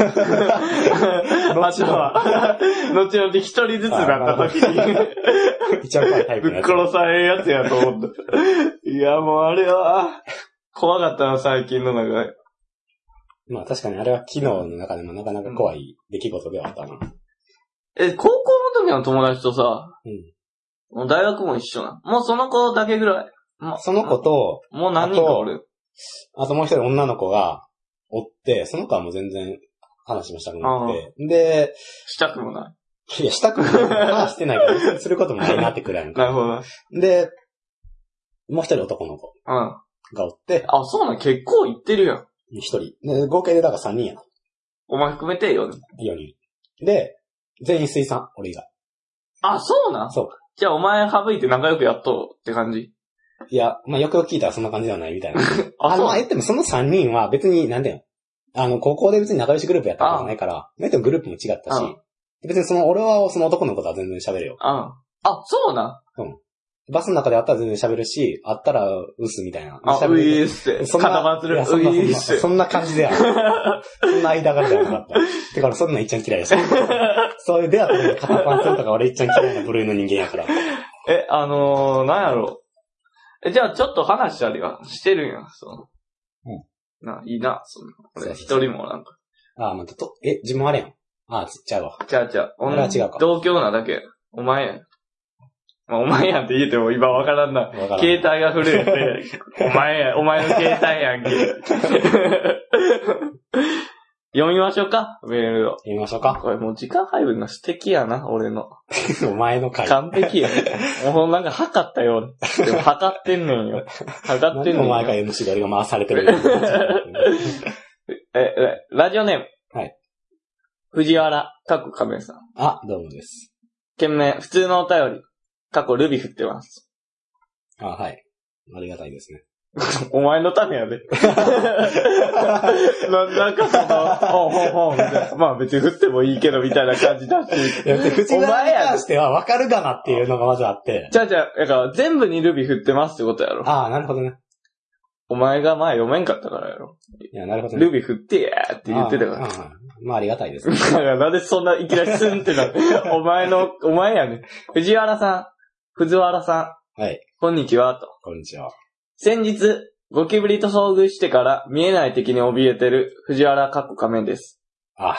S1: あ とは、後々一人ずつなった時に、
S2: 一応怖いタイ
S1: ぶ
S2: プの
S1: っ
S2: やつ。
S1: 殺されるやつやと思った。いや、もうあれは、怖かったな、最近の中で。
S2: まあ確かにあれは機能の中でもなかなか怖い出来事ではあったな。
S1: え、高校の時の友達とさ、
S2: うん。
S1: もう大学も一緒な。もうその子だけぐらい。も
S2: その子と、
S1: う、もう何人か俺。
S2: あともう一人女の子がおって、その子はもう全然話もしたくなくて。で、
S1: したくもない
S2: や、したくない。話してないから、することもないなってくらいの
S1: い。。なるほど。うん。
S2: で、もう一人男の子
S1: あ、
S2: がおって、
S1: そうなん、結構行ってるやん。
S2: 一人。で、合計でだから三人やな。
S1: お前含めてよ。
S2: 四人。で、全員水産、俺以外。
S1: あ、そうなん
S2: そう。
S1: じゃあお前省いて仲良くやっとうって感じ。
S2: いや、まあ、よくよく聞いたらそんな感じではないみたいな。
S1: あ、
S2: あの、
S1: そ
S2: まあ、
S1: う。
S2: 言ってもその三人は別に、なんだよ。あの、高校で別に仲良しグループやったことないから、言ってもグループも違ったし
S1: うん、
S2: 別にその、俺はその男の子とは全然喋るよ。
S1: あ、あ、そうなん。
S2: バスの中で会ったら全然喋るし、会ったら、うすみたいな。
S1: あ、
S2: 喋
S1: ウ
S2: る
S1: ィースって。
S2: そん
S1: 固
S2: な
S1: まってる。
S2: い
S1: ウ
S2: やそんな、そん
S1: ィー
S2: な、
S1: スって
S2: そ。んな感じではない。そんな間柄じゃなかった。てか、俺そんなんいっちゃん嫌いです。そういう出会った時に肩パンするとか俺いっちゃん嫌いな部類の人間やから。
S1: え、あのー、なんやろう。え、じゃあちょっと話したりはしてるんや、その。うん。な、いいな、その。俺一人もなんか。
S2: ああ、またと、え、自分あれやん。ああ、ちっちゃいわ。
S1: ちゃうちゃう。
S2: 俺は違うか
S1: 同郷なだけ。お前やん。まあ、お前やんって言えても今わからんな。
S2: わからん。
S1: 携帯が震えて、お前や、お前の携帯やんけ。読みましょうか、メールを。
S2: 見ましょうか。
S1: これもう時間配分が素敵やな、俺の。
S2: お前の回。
S1: 完璧 や。もうなんか測ったよ。でも測ってんのよ。測
S2: な
S1: っ
S2: ん
S1: て
S2: で
S1: ん
S2: お
S1: の
S2: 前
S1: よ。
S2: が MC で俺が回されてるよ
S1: え、え、ラジオネーム。
S2: はい。
S1: 藤原、過去亀さん。
S2: あ、どうもです。
S1: 件名、普通のお便り。過去ルビ振ってます。
S2: あ、はい。ありがた いですね。
S1: お前のためやで。ななんかその、ほんほんほんみたいな。まあ別に振ってもいいけどみたいな感じだし。
S2: いや、で藤
S1: お
S2: 原
S1: 前
S2: に
S1: や
S2: 関しては分かるかなっていうのがまずあって。
S1: じゃあじゃあ、だから全部にルビ振ってますってことやろ。
S2: ああ、なるほどね。
S1: お前が前読めんかったからやろ。
S2: いや、なるほどね。
S1: ルビ振ってやーって言ってたから
S2: あ。あ。ああまあ、ありがたいですね。
S1: だからなんでそんないきなりスンってなるお前の、お前やね。藤原さん、藤原さ
S2: はい。
S1: ん、こんにちは、と。
S2: こんにちは。
S1: 先日、ゴキブリと遭遇してから見えない敵に怯えてる藤原かっこ仮面です。
S2: あ、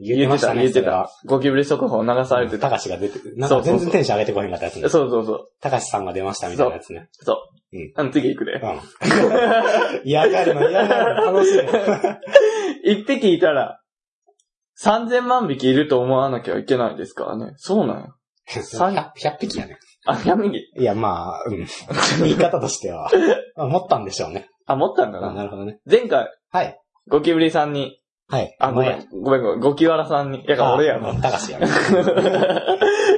S2: 言ってましたね。
S1: 言って
S2: それ
S1: た
S2: は。。
S1: ゴキブリ速報流されて
S2: た
S1: た。
S2: かしが出て、なん
S1: そう
S2: か
S1: そうそう
S2: 全然テンション上げてこへんかったやつね。
S1: そうそうそう。
S2: たかしさんが出ましたみたいなやつね。
S1: あの、次行くで。
S2: うん。嫌がるの、嫌がるの、楽しいね。
S1: 一匹いたら、3000万匹いると思わなきゃいけないですからね。そうなんや。
S2: 100, 100匹やね。
S1: あ、やめに。
S2: いや、まあ、うん。言い方とし ては、まあ持ったんでしょうね。
S1: あ、持ったんだ
S2: あ
S1: な。
S2: なるほどね。
S1: 前回、
S2: はい。
S1: ゴキブリさんに、
S2: はい。
S1: あ、ごめ
S2: 前や
S1: ん、ごめんごめん、ゴキワラさんに、いや、俺やな
S2: あ。たかしやね。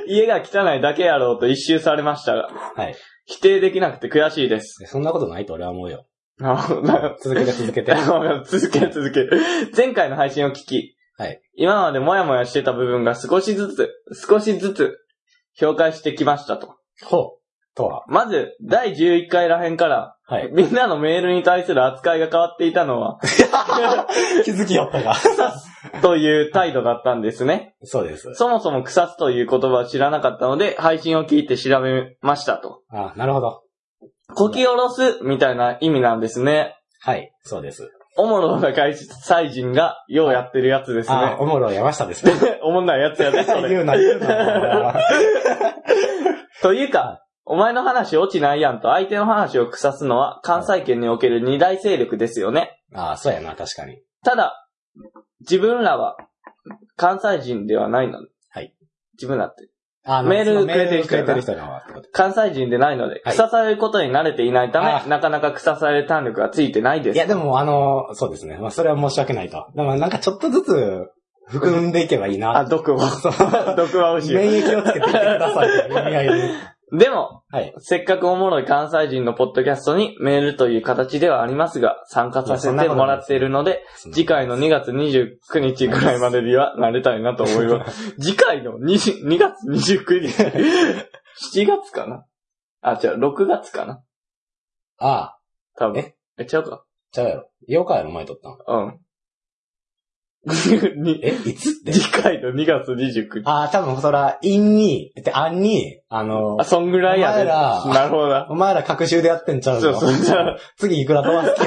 S1: 家が汚いだけやろうと一周されましたが、
S2: はい。
S1: 否定できなくて悔しいです。
S2: そんなことないと俺は思うよ。
S1: なるほどな
S2: 続けて続けて。
S1: 続ける続ける。前回の配信を聞き、
S2: はい
S1: 今までモヤモヤしてた部分が少しずつ、少しずつ、評価してきましたと。
S2: ほう。とは。
S1: まず、第11回らへんから、
S2: はい。
S1: みんなのメールに対する扱いが変わっていたの は、
S2: 気づきよったが。
S1: という態度だったんですね。
S2: そうです。
S1: そもそも草すという言葉を知らなかったので、配信を聞いて調べましたと。
S2: あ、なるほど。
S1: こき下ろすみたいな意味なんですね。
S2: はい。そうです。
S1: おもろな外祭人がようやってるやつです
S2: あ
S1: ね、。
S2: おもろ山下ですね。
S1: おもんないやつやね、それ。
S2: 言うな、言うな。
S1: というか、お前の話落ちないやんと相手の話を腐すのは関西圏における二大勢力ですよね。
S2: あそうやな、確かに。
S1: ただ、自分らは関西人ではないので。
S2: はい。
S1: 自分らって。
S2: あ
S1: メールくれてる人
S2: メ
S1: や
S2: ール
S1: な
S2: くれてる人のってこと
S1: 関西人でないので、
S2: はい
S1: 腐されることに慣れていないため、
S2: あ
S1: なかなか腐される胆力がついてないです。
S2: いや、でも、あの、そうですね。まあ、それは申し訳ないと。でも、なんかちょっとずつ、含んでいけばいい
S1: あ、
S2: な。
S1: 毒を。毒は美味しい。
S2: 免疫をつけていってくだ さいという意味合いで。
S1: でも、
S2: はい
S1: せっかくおもろい関西人のポッドキャストにメールという形ではありますが、参加させてもらっているので、次回の2月29日ぐらいまでには慣れたいなと思い ます。次回の 2, 2月29日 ?7 月かなあ、違う、6月かな
S2: ああ、
S1: 多分。
S2: え
S1: え、ちゃうか
S2: ちゃうやろ。妖怪の前撮ったん
S1: うん。に
S2: え、いつって
S1: 次回の2月29日。
S2: ああ、多分、そら、陰に、って、暗に、あの
S1: あ、、そんぐらいやで。
S2: お前ら
S1: なるほど な。
S2: お前ら各週でやってんちゃう
S1: そう
S2: の
S1: そうそう。
S2: 次いくら飛ばすか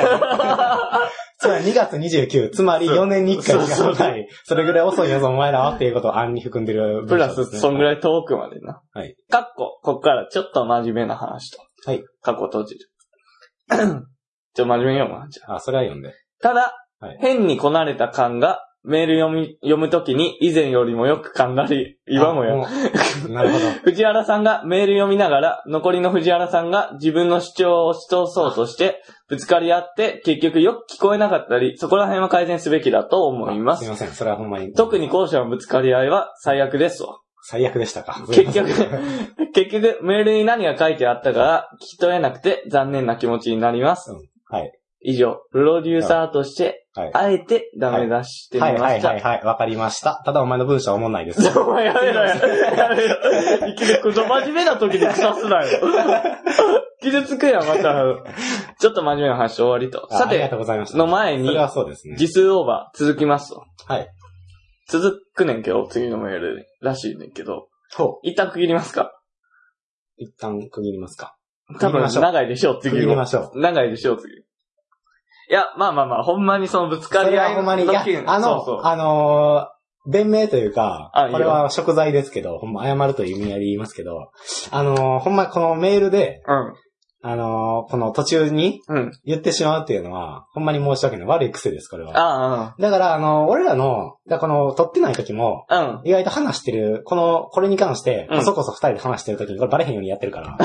S2: やつまり2月29、つまり4年に1回しか
S1: そうそう
S2: ない。それぐらい遅いよ、そのお前らはっていうことを暗に含んでる文章ですね。
S1: プラス、そんぐ
S2: い。
S1: らい遠くまでな。
S2: はい。
S1: かっこ、こっからちょっと真面目な話と。
S2: はい。
S1: かっこ閉じる。 ちょ、真面目に読むな、じゃあ
S2: あ、それは読んで。
S1: ただ、
S2: はい
S1: 変にこなれた感が、メール読み、読むときに以前よりもよく噛んだり、今もよ。
S2: あ。もうなるほど。
S1: 藤原さんがメール読みながら、残りの藤原さんが自分の主張を主張そうとして、ぶつかり合って、結局よく聞こえなかったり、そこら辺は改善すべきだと思いますす
S2: い。ません、それはほんまに。
S1: 特に後者のぶつかり合いは最悪ですわ。
S2: 最悪でしたか。
S1: 結局、結局、メールに何が書いてあったか聞き取れなくて残念な気持ちになります。
S2: うんはい
S1: 以上、プロデューサーとして、
S2: はい
S1: あえてダメ出してみ
S2: はい
S1: ま
S2: は
S1: し
S2: い
S1: た。
S2: はいはい、わかりました。ただお前の文章は思んないです。
S1: お前やめろや。やめろ。いきなり、この真面目な時に腐すなよ。傷つくやん、また。ちょっと真面目な話終わりと。
S2: あ
S1: さ
S2: ありが
S1: て
S2: と、うございました。
S1: の前に
S2: それはそうですね。
S1: 時数オーバー続きますと。
S2: はい。
S1: 続くねんけど、次のメールらしいねんけど。
S2: ほ
S1: 一旦区切りますか
S2: 一旦区切りますか。
S1: 多
S2: 区切り
S1: 分
S2: ましょう
S1: 長いでしょう、
S2: 区
S1: 次
S2: 切り
S1: も
S2: ま。しょう。
S1: 長いでしょう、次。いや、まあまあまあ、ほんまにそのぶつか
S2: そ
S1: り
S2: れは
S1: 合い
S2: ほんまに、い
S1: の
S2: や
S1: 時、
S2: あの、
S1: そうそう
S2: あのー弁明というか
S1: あいい、よ
S2: これは食材ですけど、ほんま謝るという意味合いで言いますけど、あのーほんまこのメールで、あのーこの途中に
S1: うん。うん。
S2: 言ってしまうっていうのは、ほんまに申し訳ない。悪い癖です、これは。
S1: あ
S2: だから、あのー俺らの、だからこの、撮ってない時も、
S1: あ、うん。
S2: 意外と話してる、この、これに関して、
S1: うん
S2: こそこそ二人で話してる時に、これバレへんようにやってる から、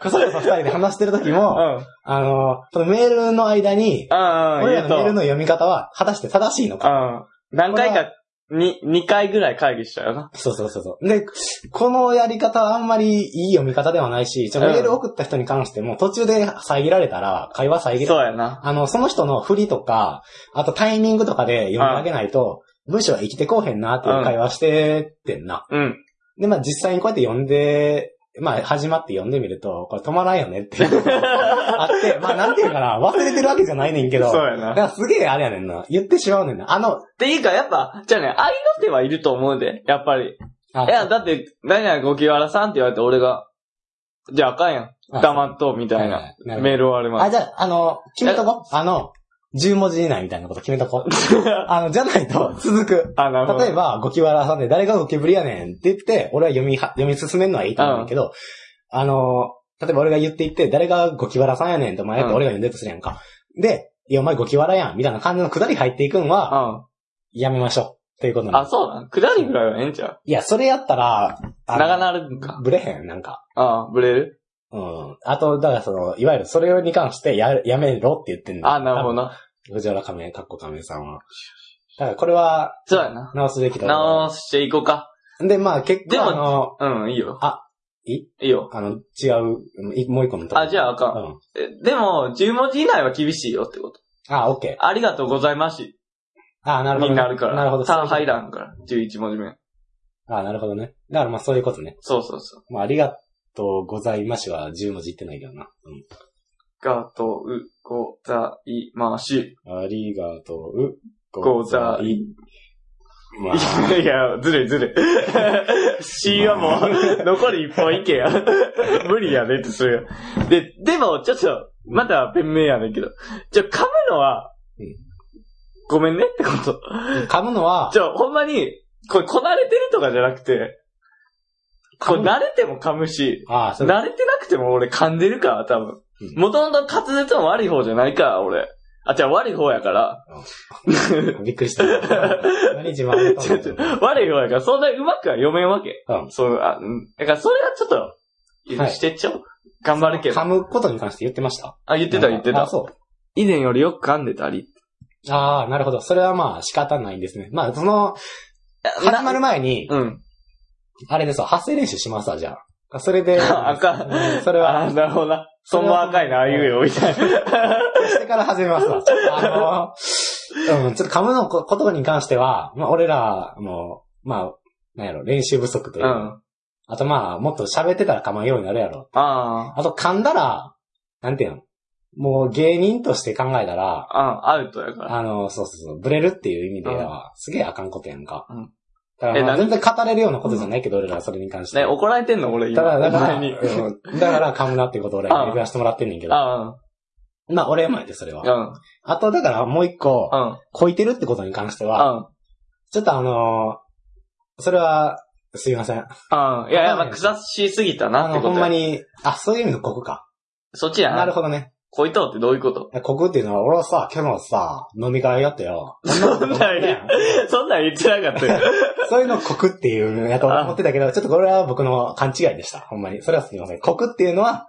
S2: こそこそ二人で話してる時も、
S1: うん。
S2: あの、このメールの間に、
S1: ああ、
S2: 俺
S1: 言う
S2: らのメ
S1: と。
S2: ール
S1: う
S2: の読み方は、果たして正しいのか。
S1: ん。何回か、に、2回ぐらい会議したよな。
S2: そうそうそうそう。で、このやり方はあんまりいい読み方ではないし、ちょ
S1: うん
S2: メール送った人に関しても、途中で遮られたら、会話遮ら
S1: そ
S2: れ
S1: うやな。
S2: あの、その人の振りとか、あとタイミングとかで読み上げないと、文章は生きてこうへんなっていう会話してってんな。
S1: うん。
S2: で、まあ実際にこうやって読んで、まあ始まって読んでみると、これ止まらんよね っていうのがあって、まあなんていうかな、忘れてるわけじゃないねんけど、
S1: そうやな
S2: だ。からすげえあれやねんな。言ってしまうねんな。あの、
S1: っていうか、やっぱ、じゃあね、愛の手はいると思うで、やっぱり。
S2: あ
S1: いや、だって、何々ごきわらさんって言われて、俺が、じゃああかんやん。黙
S2: っ
S1: っとう、みたい
S2: はいは
S1: ない
S2: なるほ。ど
S1: メールをあれま
S2: あ、
S1: す。
S2: じゃあ、あの、決めとこう。あの、10文字以内みたいなこと決め とこう。あの、じゃないと続く。
S1: あ、なるほど。
S2: 例えば、ゴキワラさんで誰がゴキブリやねんって言って、俺は読みは、読み進めるのはいいと思うんだけど、あの、例えば俺が言っていって、誰がゴキワラさんやねんと迷って
S1: うん
S2: 俺が読んでるとするやんか。で、いや、お前ゴキワラやん、みたいな感じのくだり入っていくんは、やめましょう。ということ
S1: う。
S2: なん
S1: あ、
S2: の
S1: そうなん。くだりぐらいはええんちゃ
S2: いや、それやったら、あ
S1: う
S2: の
S1: 長なるんか。
S2: ぶれへん、なんか。
S1: ああ、ブレる
S2: うん。あと、だからその、いわゆるそれに関してや、やめろって言ってんだ
S1: あ、なるほど
S2: ど。
S1: な。
S2: 藤原亀、かっこ亀さんは。だからこれは、
S1: そうやな。
S2: 直すべきだ
S1: 直していこうか。
S2: で、まあ結
S1: で
S2: 構
S1: も
S2: あの、
S1: うん、いいよ。
S2: あ、い
S1: いいよ。
S2: あの、違うい、もう一個のとこ
S1: あじゃああかん
S2: うん。
S1: えでも、10文字以内は厳しいよってこと。
S2: あ、オッケ
S1: ありがとうございます
S2: ー。あ、なるほど、
S1: に
S2: ね。
S1: なるから。
S2: なるほど。
S1: 3入
S2: だ。
S1: らんから。11文字目。
S2: あ、なるほどね。だからまあそういうことね。
S1: そうそうそう。
S2: まあありがとうございますは10文字言ってないけどな。
S1: がとうございまし。
S2: うん。ありがとう
S1: ござい。
S2: まあ、
S1: いや、ずるいずるい。C はも う、残り一本いけや。無理やねってするよ。で、でも、ちょっと、まだ弁明やねんけど。ちょ、噛むのは
S2: うん、
S1: ごめんねってこと。
S2: 噛むのは、
S1: ちょ、ほんまに、これ、こなれてるとかじゃなくて、こう、
S2: 噛む
S1: 慣れても噛むし、
S2: あ、そう
S1: 慣れてなくても俺噛んでるから、多分
S2: う。ん
S1: もともと滑舌も悪い方じゃないから、俺。あ、じゃあ悪い方やから。
S2: びっく りした。何自慢
S1: ちょっと、 悪い方やから、そんなにうまくは読めんわけ。
S2: うん
S1: そう、あ、うん。だからそれはちょっと、許
S2: はい
S1: してっちゃおう。頑張るけど
S2: 噛。むことに関して言ってました
S1: あ、言ってた言ってた
S2: あ、。そ
S1: 以前よりよく噛んでたり。
S2: う。ああ、なるほど。それはまあ仕方ないんですね。まあ、その、始まる前に、
S1: うん。
S2: あれですわ、発声練習しますわ、じゃあ。それ で、
S1: あ赤
S2: うんそれは、
S1: あ、なるほどな。そんな赤いな、あいうよ、みたいな。
S2: してから始めますわ。ちょっとあのー、うん、ちょっと噛むのこことに関しては、まあ、俺らも、まあ、なんやろ、練習不足という
S1: う
S2: か、
S1: ん。
S2: あとまあ、もっと喋ってたら噛まんようになるやろ。
S1: あ
S2: あと噛んだら、なんていうのもう芸人として考えたら、
S1: あ、あアウトや から。
S2: あの、そうそうそう、ブレるっていう意味では、すげえあかんことやんか。
S1: うん
S2: だから、まあ、
S1: え
S2: 全然語れるようなことじゃないけど、俺らそれに関して。
S1: ね、怒られてんの俺今。
S2: ただ、だから、
S1: 前に。
S2: うんだから、噛むなっていうことを俺、
S1: ああ
S2: 言わせてもらってんねんけど。
S1: あ
S2: まあ、俺は前で、それ
S1: あ、
S2: は
S1: う。ん。うん。
S2: あと、だから、もう一個
S1: う、ん。
S2: こいてるってことに関しては、
S1: うん。
S2: ちょっとあのーそれは、すいません。
S1: うん。いや、いや、まあ、草しすぎた
S2: あ
S1: なって
S2: の、
S1: こと
S2: ほ
S1: や。
S2: んまに、あ、そういう意味のここか。
S1: そっちや
S2: なる
S1: な。
S2: ほどね。
S1: 恋とうってどういう こと
S2: ここっていうのは、俺はさ、今日のさ、飲み会やったよ。
S1: そんなん言
S2: う
S1: そんなん言ってなかったよ。
S2: そういうのコクっていうのやと思ってたけど、ちょっとこれは僕の勘違いでした。ほんまに。それはすみません。コクっていうのは、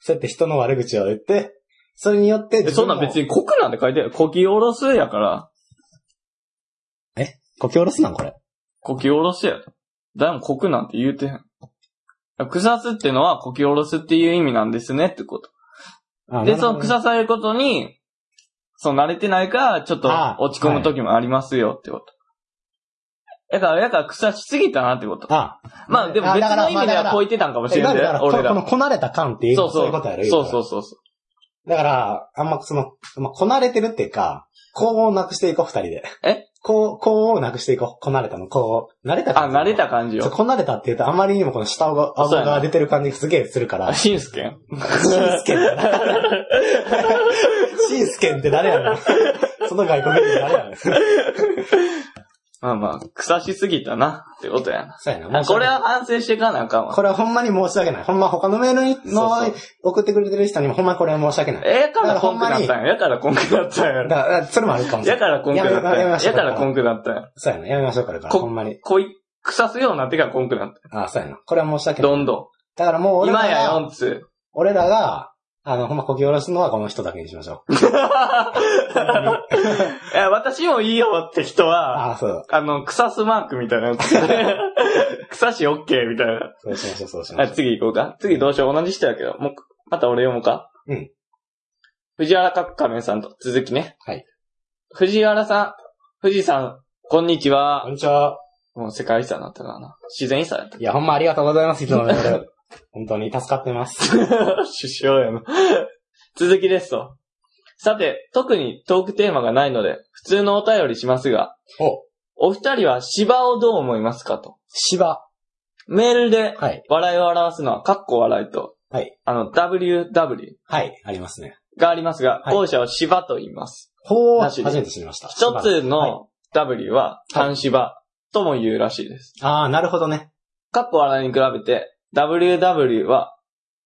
S2: そうやって人の悪口を言って、それによって
S1: え そんなん別
S2: に。
S1: に濃くなんて書いてない。こきおろすやから。
S2: こき下ろすなんこれ。
S1: こきおろすや。誰も濃くなんて言うてへん。草すってのはこきおろすっていう意味なんですねってこと。
S2: あ
S1: で、その
S2: 草
S1: 草されることに、そう慣れてないから、ちょっと
S2: あ
S1: 落ち込む時もありますよってこと。やから、やから草しすぎたなってこと。
S2: あ、
S1: まあでも別の意味では超えてたんかもし
S2: え
S1: れ
S2: だ
S1: んで、
S2: から、こ
S1: 俺
S2: この
S1: ら。
S2: こなれた感っていう、
S1: そう
S2: そう
S1: そ
S2: いう
S1: う。
S2: ことやる。
S1: そうそううそうそう。
S2: だから、あんまその、まあ、こなれてるっていうか、こうなくしていこう、二人で。
S1: え
S2: こう、こうをなくしていこう。こなれたの。こう、慣れた
S1: あ、慣れた感じ
S2: そう
S1: よ。
S2: こなれたって言うと、あまりにもこの下顎が、顎
S1: そうや
S2: が
S1: な
S2: 出てる感じがすげえするから
S1: あ、。しんすけん
S2: シンスケンだな。 シンスケンって誰やねん。その外国人誰やねん。そう
S1: まあまあ、腐しすぎたな、ってことやな。
S2: やな。
S1: あこれは
S2: は、
S1: 反省していかなあかんわ。
S2: これはほんまに申し訳ない。ほんま他のメールにの
S1: そうそう
S2: 送ってくれてる人にもほんまこれは申し訳ない。
S1: ええからコンクだったんや。やからコンクだったんや
S2: だ。から、それもあるかもしれ
S1: や
S2: ない。
S1: からコンクだったん
S2: やめ
S1: や
S2: ま。しょ
S1: や
S2: う
S1: からコンクだったんや。
S2: そうやな。やめましょうからから。
S1: こ
S2: ほんまに。
S1: こい、腐すようになってからコンクだった。
S2: あ、そうやな。これは申し訳ない。
S1: どんど。
S2: だからもうん俺ら
S1: 今や
S2: が、
S1: 4つ。
S2: 俺らが、あの、ほんまこき下ろすのはこの人だけにしましょう。
S1: いや私もいいよって人は、
S2: あ、そう。
S1: あの、草すマークみたいなやつ。 草し OK みたいな。
S2: そうしましょう、そうしま
S1: あ
S2: しょう。
S1: 次行こうか。次どうしよう。同じ人やけど。もう、また俺読もうか。
S2: うん。
S1: 藤原角亀さんと続きね。
S2: はい。
S1: 藤原さん、藤井さん、こんにち
S2: こ
S1: は
S2: ん。にちは。
S1: もう世界遺産だったからな。自然遺産だった。
S2: いや、ほんまありがとうございます、いつもメール。本当に助かってま す。
S1: 首相やな。続きですと。さて、特にトークテーマがないので、普通のお便りしますが、
S2: お、
S1: お二人は芝をどう思いますかと。
S2: 芝。
S1: メールで
S2: はい。
S1: 笑いを表すのは、カッコ笑いと、
S2: はい。
S1: あの、WW
S2: はい、ありますね。
S1: がありますが、
S2: はい
S1: 後者を芝と言います。
S2: ほう、
S1: なし
S2: 初
S1: で
S2: めて知りました。
S1: 一
S2: 芝。
S1: つの W は単芝とも言うらしいです。
S2: あー、なるほどね。
S1: カッコ笑いに比べて、WW は、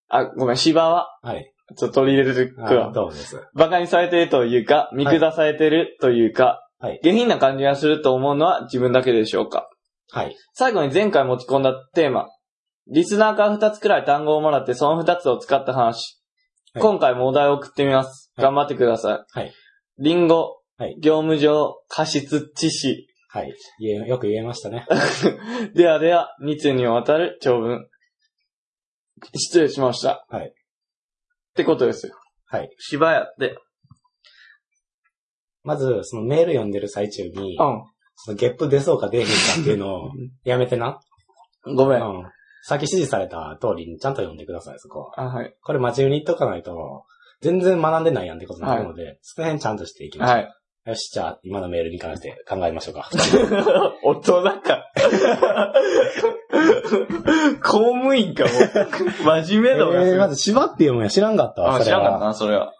S1: あ、ごめん、芝は、
S2: はい。
S1: ちょっと取り入れてく
S2: あ
S1: わ
S2: ー。どうもです。
S1: バカにされてるというか、見下されてるというか、
S2: はい
S1: 下品な感じがすると思うのは自分だけでしょうか。
S2: はい。
S1: 最後に前回持ち込んだテーマ、リスナーから2つくらい単語をもらってその2つを使った話。
S2: はい
S1: 今回もお題を送ってみます。
S2: はい
S1: 頑張ってください。
S2: はい
S1: リンゴ、
S2: はい
S1: 業務上過失致死。
S2: はい。言え、よく言えましたね。
S1: ではでは、2通にわたる長文。失礼しました。
S2: はい
S1: ってことですよ。
S2: はい。
S1: 芝屋って。
S2: まず、そのメール読んでる最中に、
S1: う
S2: そのゲップ出そうか出えへんかっていうの をやめてな。
S1: ん。ご
S2: う
S1: めん。
S2: ん。さっき指示された通りにちゃんと読んでください、そこは。
S1: あ、はい。
S2: これ真面目に言っとかないと、全然学んでないやんってことになるので、その辺ちゃんとしていきましょう。
S1: はい。
S2: よし、じゃあ、今のメールに関して考えましょうか。
S1: 大人か。公務員かも。真面目だもん、
S2: えー、まず、芝っていうもんや知らんかったわ。
S1: あ、知らんかった
S2: っ
S1: な、それは。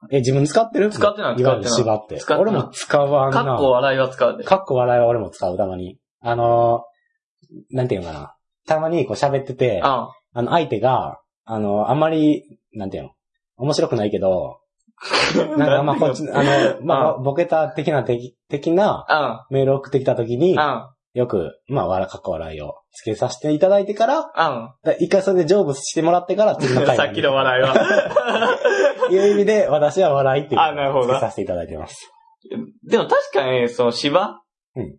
S2: た。え、自分使ってる
S1: 使ってない
S2: わゆ
S1: 使
S2: る
S1: って
S2: 芝って。
S1: 使ってな
S2: 俺
S1: い
S2: も使わんな。
S1: かっこ笑いは使うで。
S2: かっこ笑いは俺も使う、たまに。あのー、なんていうのかな。たまにこう喋ってて、あ
S1: あ
S2: の、相手が、あの、あんまり、なんていうの、面白くないけど、なんかまあこっち、あの、まあ、ボケた的な、的的な
S1: あ、
S2: メールを送ってきたときに
S1: あ、、あ、
S2: よく、まあ、笑、かっこ笑いをつけさせていただいてから、
S1: あ、
S2: だ一回それで成仏してもらってから、次の回。
S1: さっきの笑いは。
S2: い。いう意味で、私は笑いっていう。
S1: あなるほど
S2: つけさせていただいてます。
S1: でも確かに、その芝
S2: うん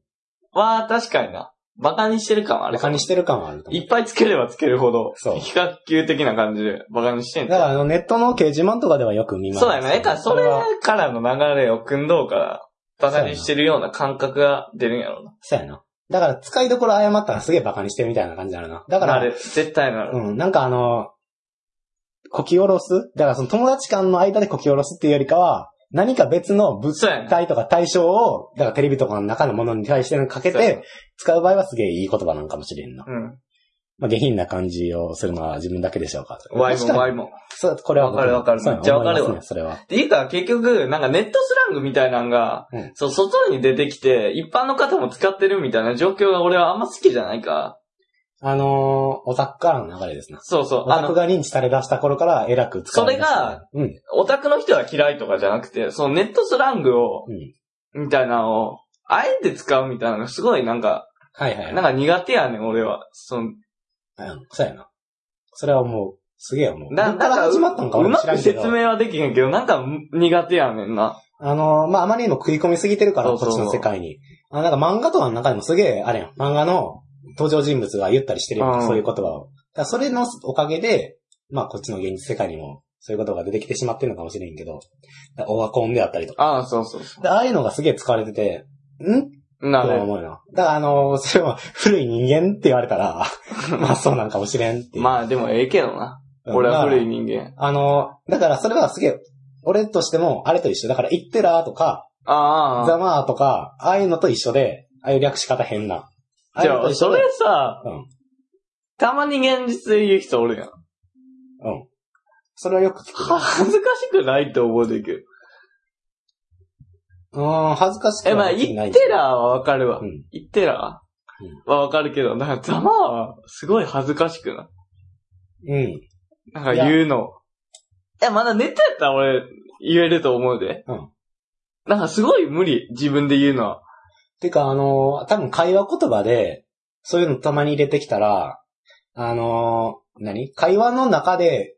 S1: は確かにな。バカにしてる感はあ
S2: あ
S1: る
S2: れ、
S1: か
S2: カ
S1: も
S2: にしてる感はあると思。
S1: いうっぱいつければつけるほど、
S2: そう
S1: 比較級的な感じでバカにしてん
S2: だ
S1: の
S2: から、あの、ネットの掲示板とかではよく見ます。
S1: そうやな。えか、それ
S2: は
S1: からの流れを組んどうから、バカにしてるような感覚が出るんやろうな。
S2: そうやな。だから、使いどころ誤ったらすげえバカにしてるみたいな感じになるな。だ
S1: だ
S2: か
S1: から、
S2: ら、
S1: 絶対なる。
S2: うん、なんかあの、こき下ろすだからその友達間の間でこき下ろすっていうよりかは、何か別の物
S1: そうやな。
S2: 体とか対象を、だからテレビとかの中のものに対してのかけ
S1: そうやな
S2: て、使う場合はすげえいい言葉なんかもしれんな。
S1: うん。
S2: まあ、下品な感じをするのは自分だけでしょうか。
S1: ワイ
S2: 確
S1: も
S2: かに
S1: ワイも。
S2: そう、これは僕も
S1: わかるわかる
S2: そうや
S1: めっちゃわかるわ
S2: 思いますねそれは。
S1: っていうか、結局、なんかネットスラングみたいなのが、
S2: うん
S1: そう、外に出てきて、一般の方も使ってるみたいな状況が俺はあんま好きじゃないか。
S2: あのー、オタクからの流れですな。
S1: そうそう。
S2: オ
S1: あ
S2: タク
S1: の、
S2: が認知され出した頃から偉く使われ出したね、うん。
S1: オタクの人は嫌いとかじゃなくて、そのネットスラングを、
S2: うん
S1: みたいなのを、あえて使うみたいなのがすごいなんか、
S2: はいはい
S1: なん
S2: はい。
S1: か苦手やねん、俺は。その、
S2: うん、そうやな。それはもう、すげえ思う。
S1: な、
S2: どっから
S1: なん
S2: 始まったのか俺
S1: う
S2: も
S1: ま
S2: 知ら
S1: く
S2: んけ
S1: 説
S2: ど。
S1: 明はできへんけど、なんか苦手やねんな。
S2: あのー、まあ、あまりにも食い込みすぎてるから、
S1: そう
S2: こ
S1: そう
S2: っちの世界に。あなんか漫画とかの中でもすげえ、あれやん。漫画の登場人物が言ったりしてるやん
S1: うん
S2: そういう言葉を。だからそれのおかげで、まあ、こっちの現実世界にも、そういうことが出てきてしまってるのかもしれんけど、だオワコンであったりとか。
S1: ああ、そうそうそ
S2: でああいうのがすげえ使われてて、ん
S1: う。な
S2: とは
S1: る。
S2: 思うよ。だから、あのー、それは古い人間って言われ たら、まあそうなんかもしれんっていう。
S1: まあでもええけどな。
S2: うん
S1: 俺は古い
S2: ま
S1: 人間。
S2: ああのー、だからそれはすげえ、俺としても、あれと一緒。だから、行ってらーとか、
S1: あ
S2: ザ
S1: あ。
S2: マーとか、ああいうのと一緒で、ああいう略し方変な。ああ
S1: じ
S2: いうの
S1: ゃ
S2: と
S1: あ、
S2: 一緒
S1: そ
S2: で
S1: れ、さ、
S2: うん
S1: たまに現実で言う人おるやん。
S2: うん。それはよく聞く。
S1: 恥ずかしくないって思うてんけど。
S2: うん、恥ずかしく
S1: え、まあ、
S2: は
S1: 言
S2: できない
S1: ってらはわかるわ
S2: う。ん。
S1: 言ってらはわかるけど、なんかざまはすごい恥ずかしくな
S2: うん。
S1: い。なんか言うの。え、まだ寝てたら俺言えると思うで。
S2: うん。
S1: なんかすごい無理、自分で言うのは。
S2: てか、あのー多分会話言葉で、そういうのたまに入れてきたら、あのー何会話の中で、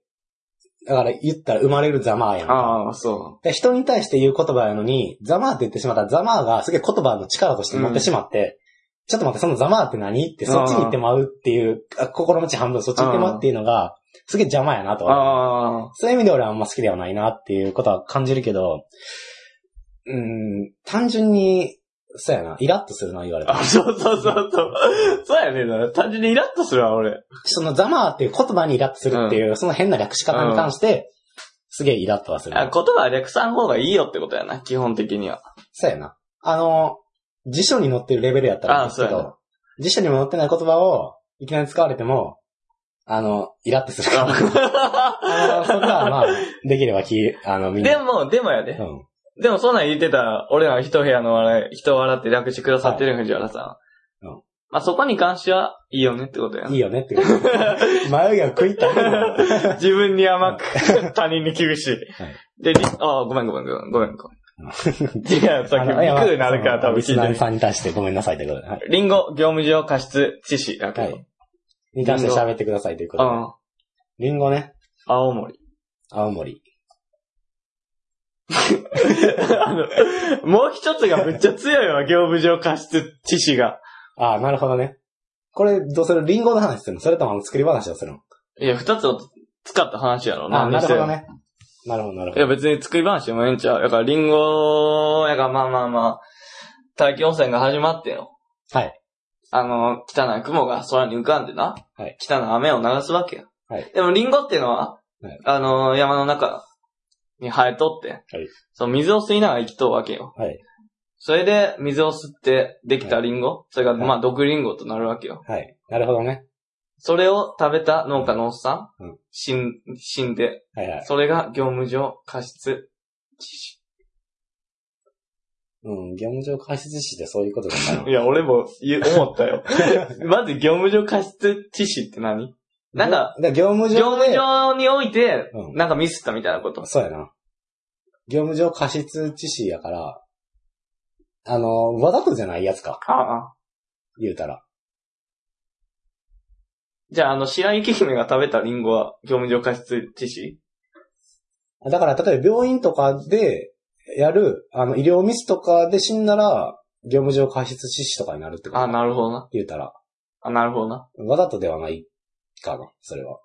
S2: だから言ったら生まれるざまーやんか。
S1: ああ、そ
S2: で人に対して言う言葉やのに、ざまーって言ってしまったら、ざまーがすげえ言葉の力として持ってしまって、ちょっと待って、そのざまーって何ってそっちに行ってまうっていう、あ心持ち半分そっち行ってまうっていうのが、すげえ邪魔やなと
S1: う。
S2: 思う
S1: ああ。
S2: そういう意味で俺はあんま好きではないなっていうことは感じるけど、うん、単純に、そうやな、イラッとするな、言われたら
S1: あ、。そうそうそうそう。そうやねんな。単純にイラッとするわ、俺。
S2: そのザマーっていう言葉にイラッとするっていう、その変な略し方に関して、すげえイラッとはするな。
S1: あ言葉は略さん方がいいよってことやな、基本的には。
S2: そうやな。あの、辞書に載ってるレベルやったらいいんですけ
S1: あそうやな
S2: ど、辞書にも載ってない言葉を、いきなり使われても、あの、イラッとす るから。あのそこはまあ、できればき、あの、みん
S1: で
S2: な。
S1: も、でもや
S2: う
S1: で。
S2: ん。
S1: でもそんなん言ってたら、俺らは一部屋の笑い、人笑って略してくださってる藤原さんは。
S2: うん
S1: まあそこに関してはいいよねってことや
S2: い
S1: な。
S2: いよねってこと。眉毛を食 いたいな。
S1: 自分に甘く、 他人に厳しい。
S2: い
S1: で、りああ、ごめんごめんごめん、ごめんごめん。違う、さっき、び
S2: あ
S1: っ
S2: のいやまあ
S1: くりになるから
S2: そ
S1: 多
S2: の
S1: 分
S2: リ
S1: 聞
S2: ス
S1: い
S2: ナ
S1: て
S2: ー
S1: る。
S2: さんに対してごめんなさいということで。はい。
S1: リンゴ、業務上過失致死だけ
S2: はいに対して喋ってくださいというこ
S1: う
S2: とで。
S1: ん。
S2: リンゴね、
S1: 青森。
S2: 青森。
S1: あの、もう一つがめっちゃ強いわ、業務上過失致死が。
S2: ああ、なるほどね。これ、どうするリンゴの話するのそれともあの作り話をするの
S1: いや、二つを使った話やろ。
S2: ああ、
S1: 何
S2: な
S1: に
S2: る
S1: せ
S2: ほ
S1: よ
S2: どね。なるほど、なるほ
S1: いや、
S2: ど。
S1: 別に作り話でもええんちゃう。だから、リンゴ、やから、まあまあまあ、大気汚染が始まってよ。
S2: はい。
S1: あの、汚い雲が空に浮かんでな。
S2: はい
S1: 汚い雨を流すわけよ。
S2: はい
S1: でも、リンゴっていうのは、
S2: はい
S1: あの、山の中に生えとって、
S2: い
S1: その水を吸いながら生きとうわけよ。
S2: はい
S1: それで、水を吸ってできたリンゴ、それが、
S2: はい
S1: まあ、毒リンゴとなるわけよ。
S2: はい。なるほどね。
S1: それを食べた農家のおっさん、
S2: うん
S1: 死ん、死んで、
S2: はいはい。
S1: それが業務上過失致死。
S2: うん、業務上過失致死でそういうことじゃない
S1: いや、俺も言う思った よ。まず業務上過失致死って何 なんか、、
S2: で業務上で
S1: 業務上において、
S2: うん
S1: なんかミスったみたいなこと。
S2: そうやな。業務上過失致死やから、あの、わざとじゃないやつか、
S1: ああ。
S2: 言うたら。
S1: じゃあ、あの、白雪姫が食べたリンゴは業務上過失致死
S2: だから、例えば病院とかでやる、あの、医療ミスとかで死んだら、業務上過失致死とかになるってこと
S1: ああ、なるほどな。
S2: 言うたら、
S1: あなるほどな。
S2: わざとではないかな、それは。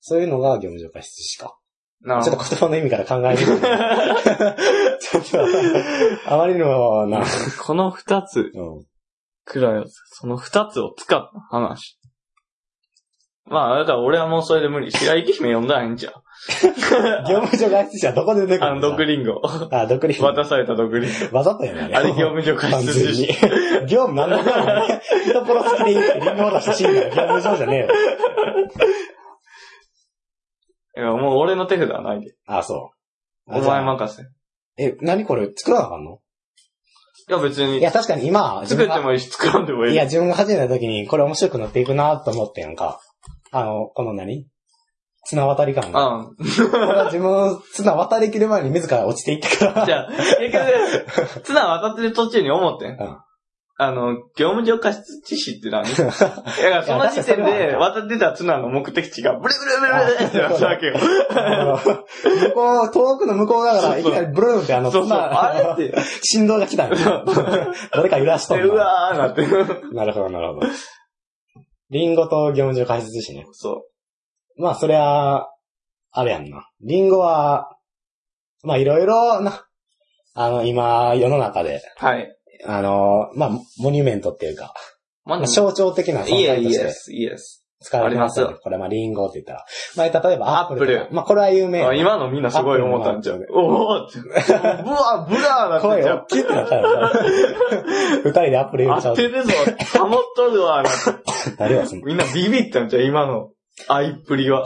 S2: そういうのが業務上過失致死か。
S1: なる
S2: ち
S1: ほ
S2: ょっと
S1: ど。
S2: 言葉の意味から考え る。ちょっと、あまりにもな、
S1: この二つ
S2: うん。
S1: くらい、その二つを使った話。まあ、だから俺はもうそれで無理。白雪姫呼んだらええんちゃう。
S2: 業務上過失致死はどこで出てく
S1: あ
S2: る
S1: の、
S2: ん
S1: 毒リン ゴ。
S2: あ、独立。
S1: 渡された毒リン
S2: わざとや ね。
S1: ゴ。あれ業務上過
S2: 完
S1: 失
S2: 全
S1: 致死
S2: に。。業務なんだからね。人殺好きで言って、リンゴ出して死んだら業務上じゃねえよ。
S1: いや、もう俺の手札はないで。
S2: あ、そう。
S1: お前
S2: も。
S1: 任せ。い
S2: え、何これ作らなあかんの
S1: や、別
S2: い
S1: に。
S2: や、確かに今、自
S1: 作っ
S2: 分
S1: て
S2: が、
S1: もいいし、作らんでもいい。
S2: いや、自分が始めた時に、これ面白くなっていくなと思ってんやんか。あの、この何綱渡り感が。
S1: うん。
S2: これは自分、綱渡りきる前に自ら落ちていったから。
S1: じゃあ、結 局、綱渡ってる途中に思ってん。
S2: ん
S1: あの、業務上過失致死って何 いや、その時点で、渡ってた綱の目的地が、ブルブルブルブルってなったわけ よ。
S2: あの 向こう、遠くの向こう側からいきなりブルーンってあの、
S1: そうそう、あれって。
S2: 振動が来たん
S1: そ
S2: よ。誰か揺らしとん
S1: で
S2: の
S1: うわーなって。
S2: なるほど、なるほど。リンゴと業務上過失致死ね。
S1: そ
S2: まあ、そりゃ、あれやんな。リンゴは、まあ、いろいろな、あの、今、世の中で、
S1: う。はい。
S2: あの、まあ、モニュメントっていうか、
S1: ま
S2: まあ象徴的な存在として、
S1: イエス、イエス。
S2: 使われますよ
S1: あり
S2: ね。これ、まあ、リンゴって言ったら。まあ、例えばアップルとか。
S1: アップ
S2: まあ、これは有名。
S1: あ今のみんなすごい思ったんちゃう
S2: アップ。
S1: おおって。ブワーブワーなって
S2: 声
S1: ちゃ
S2: 大
S1: う。
S2: きくなったらさ、二人でアップル言っちゃ
S1: 当
S2: う
S1: てるぞ。保っとるわ。なって
S2: 誰はその、
S1: みんなビビったんちゃう今の。あいっぷりは。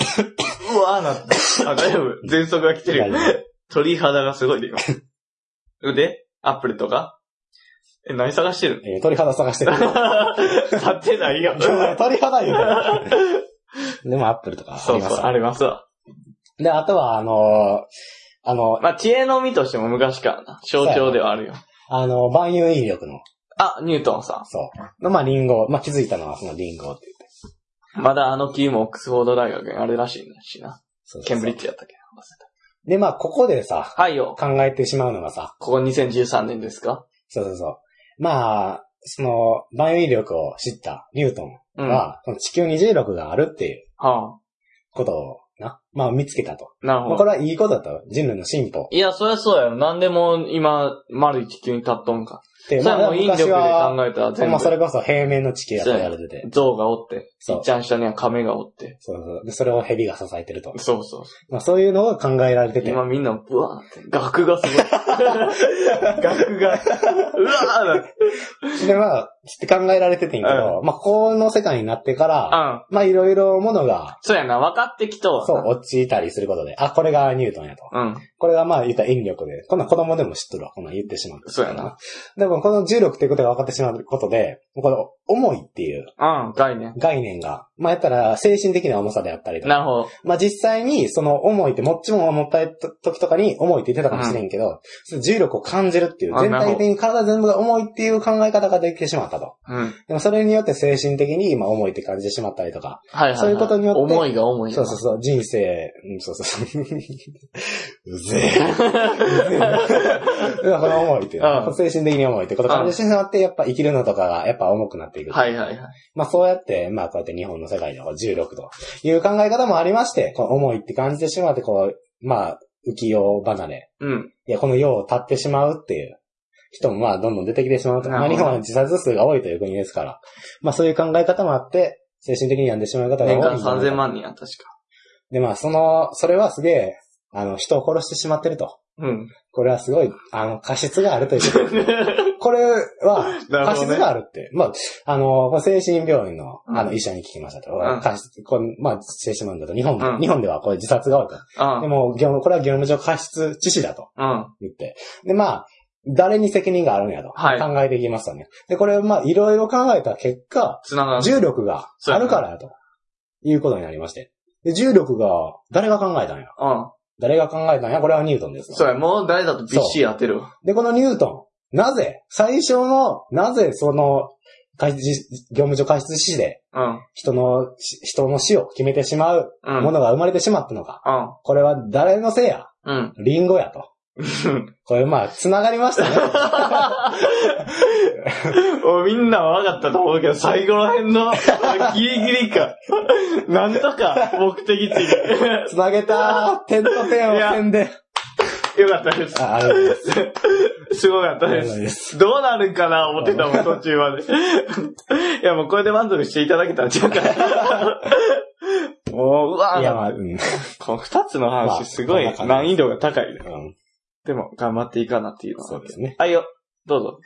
S1: うわーなって。あ、大丈夫。喘息が来てるよ。鳥肌がすごいで、今。で、アップルとかえ、何探してる
S2: えー鳥肌探してる。
S1: の 買ってない やん。
S2: 鳥肌言うから。 でも、アップルとかあ
S1: そ
S2: り
S1: う
S2: ま
S1: そう、
S2: す
S1: ありますわ。
S2: で、あとは、あのーあの、
S1: まあ、知恵の実としても昔からな。象徴ではあるよ。
S2: あの、万有引力の、
S1: あ、ニュートンさ
S2: そう。のまあ、リンゴ。まあ、気づいたのはそのリンゴって言って。
S1: ん。まだあの木もオックスフォード大学にあれらしいんだしな。
S2: そうそうそう
S1: ケンブリッジやったっけ忘れ
S2: で、まあ、ここでさ、
S1: たはいよ。
S2: 考えてしまうのがさ、
S1: ここ2013年ですか
S2: そうそうそう。まあ、その、万有引力を知ったニュートン
S1: うん。は
S2: は、その地球二重力があるっていう
S1: あ、
S2: ことを、な、まあ、見つけたと。
S1: なる
S2: まあ、
S1: ほ
S2: こ
S1: ど。
S2: れはいいことだと。人類の進歩。
S1: いや、そりゃそうやろ。なんでも今、丸い地球に立っとんか。
S2: で、
S1: それはもう引力で
S2: 昔は
S1: 考えたら全
S2: まあ、それ
S1: 部、
S2: こそ平面の地球やと言われてて。
S1: 象がおって、い
S2: そう
S1: っちゃん下には亀がおって。
S2: そうそう。で、それを蛇が支えてると。
S1: そうそうそ
S2: まあ、そういうのが考えられて
S1: う。
S2: て。
S1: 今みんな、ブワーって。額がす ごい。額が、うわーだって。
S2: で、まあ、つって考えられててんけど、まあ、この世界になってから、
S1: うん。
S2: まあ、いろいろものが、
S1: そうやな、分かってきとは。
S2: そう、落ちたりすることで、あ、これがニュートンやと。
S1: うん。
S2: これがまあ、言ったら引力で、こんなん子供でも知っとるわ、こんなん言ってしまう。
S1: そうやな。
S2: でも、この重力っていうことが分かってしまうことで、この、重いっていう
S1: うん、概念。
S2: 概念が、まあ、やったら、精神的な重さであったりとか、
S1: なるほど。
S2: まあ、実際に、その、重いって、もっちも重たいと時とかに、重いって言ってたかもしれんけど、その重力を感じるっていう、
S1: あ
S2: 全
S1: なるほど
S2: 体的に体全部が重いっていう考え方ができてしまったと。
S1: うん。はい
S2: でも、それによって精神的に今重いって感じてしまったりとか、
S1: はい、はい。
S2: そういうことによって
S1: 思いが重い。
S2: そうそう
S1: そ
S2: そう、人生、うん、そうそうそう。 うぜえ。 うわこれ重いっていう
S1: う。ん
S2: 精神的に重いってこと感じてしまって、やっぱ生きるのとかがやっぱ重くなっていく。
S1: はいはいはい。
S2: まあそうやって、まあこうやって日本の世界の16という考え方もありまして、この重いって感じてしまって、こう、まあ、浮世離れ。
S1: うん。
S2: いや、この世を立ってしまうっていう人もまあどんどん出てきてしまうと。
S1: なる
S2: まあ
S1: ほど
S2: 日本は自殺数が多いという国ですから。まあそういう考え方もあって、精神的に病んでしまう方が多い
S1: 年
S2: ん
S1: 間
S2: じゃないかな。
S1: 3000万人や、確か。
S2: で、まあ、その、それはすげえ、あの、人を殺してしまってると。
S1: うん。
S2: これはすごい、あの、過失があるということ。これ
S1: な
S2: は、
S1: るほどね
S2: 過失があるって。まあ、あの、この精神病院の、
S1: うん
S2: あの、医者に聞きましたと。
S1: うん
S2: 過失、こうまあ、精神病院だと、日本、
S1: うん
S2: 日本ではこれ自殺が多いと。
S1: あ
S2: でも、業務、これは業務上過失致死だと
S1: うん。
S2: 言って。で、まあ、誰に責任があるんやと。
S1: はい
S2: 考えていきますよね。で、これをまあ、いろいろ考えた結果、
S1: つながる。
S2: 重力があるからやと、いうことになりまして。で、重力が、誰が考えたんや
S1: うん。
S2: 誰が考えたんやこれはニュートンです。
S1: そうや、もう誰だとびっしり当てるわ。
S2: で、このニュートン、なぜ、最初の、なぜその、開示業務上過失致死で、
S1: うん。
S2: 人の、し人の死を決めてしまう
S1: うん。う
S2: も
S1: ん。
S2: のが生まれてしまったのか。これは誰のせいや
S1: うん。
S2: リンゴや と。これ、まあ、繋がりましたね。
S1: おみんなは分かったと思うけど、最後ら辺の ギリギリか。 なんとか目的地に。
S2: 繋げた点と点を線で。
S1: よかったです。
S2: あ、ありがとうございます
S1: すごかった
S2: あり
S1: で
S2: がとうござい
S1: す。
S2: ます。
S1: どうなるんかな思ってたもん、途中まで。 いや、もうこれで満足していただけたんちゃうか な。 もう、うわ
S2: いや、ま
S1: ぁ、
S2: あ、うん。
S1: この二つの
S2: ま
S1: 話、
S2: あ
S1: すごい
S2: こんな感
S1: 難
S2: じ
S1: 易度が高い。
S2: うん
S1: でも、頑張っていいかなっていうのは
S2: そうですね。
S1: はいよ、どうぞ。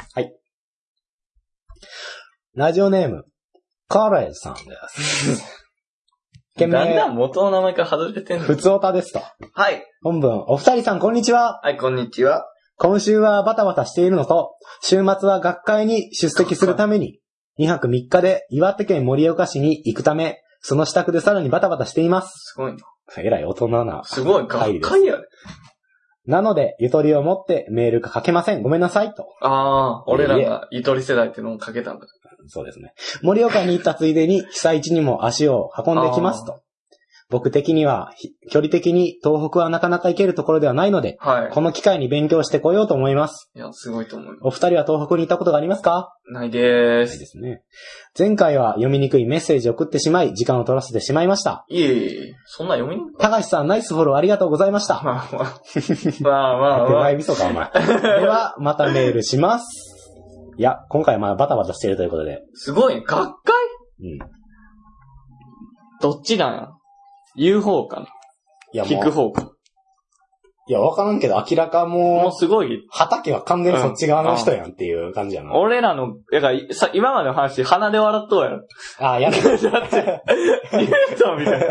S2: ラジオネーム、カレンさんです。
S1: だ
S2: 懸
S1: んだ
S2: 命、
S1: ん元の名前から外れてんの
S2: ふ。つおたですと。
S1: はい。
S2: 本文、お二人さん、こんにちは。
S1: はい、こんにちは。
S2: 今週はバタバタしているのと、週末は学会に出席するために、2泊3日で岩手県盛岡市に行くため、その支度でさらにバタバタしています。
S1: すごいな。
S2: えらい大人な。
S1: すごい、
S2: は
S1: 学
S2: いです
S1: 会やで。
S2: なので、ゆとりを持ってメールが書けません。ごめんなさい。と。
S1: ああ、俺らがゆとり世代ってのをかけたんだ。
S2: そうですね。盛岡に行ったついでに、被災地にも足を運んできますと。僕的には、ひ距離的に東北はなかなか行けるところではないので、
S1: は
S2: この機会に勉強してこようと思います。
S1: い。いや、すごいと思うよ。
S2: お二人は東北に行ったことがありますか
S1: ないでー
S2: ない
S1: す。
S2: ですね。前回は読みにくいメッセージを送ってしまい、時間を取らせてしまいました。
S1: いえいえいえ、そんなん読みにくい
S2: 高橋さん、ナイスフォローありがとうございまし
S1: まあ
S2: た。
S1: まあ。まあまあ
S2: 手
S1: まあ。
S2: 前味噌か、お前。では、またメールします。いや、今回はまあバタバタしているということで。
S1: すごい、学会
S2: うん。
S1: どっちなんや言う方か
S2: いや
S1: な聞
S2: も
S1: く
S2: う、
S1: 方か。
S2: いや、わからんけど、明らか
S1: もう
S2: もう、
S1: すごい、
S2: 畑は完全にそっち側の人やんっていう感じやな。
S1: 俺らの、だからさ、今までの話、鼻で笑っとうやろ。
S2: あ、やだ。
S1: 言うたみたいな。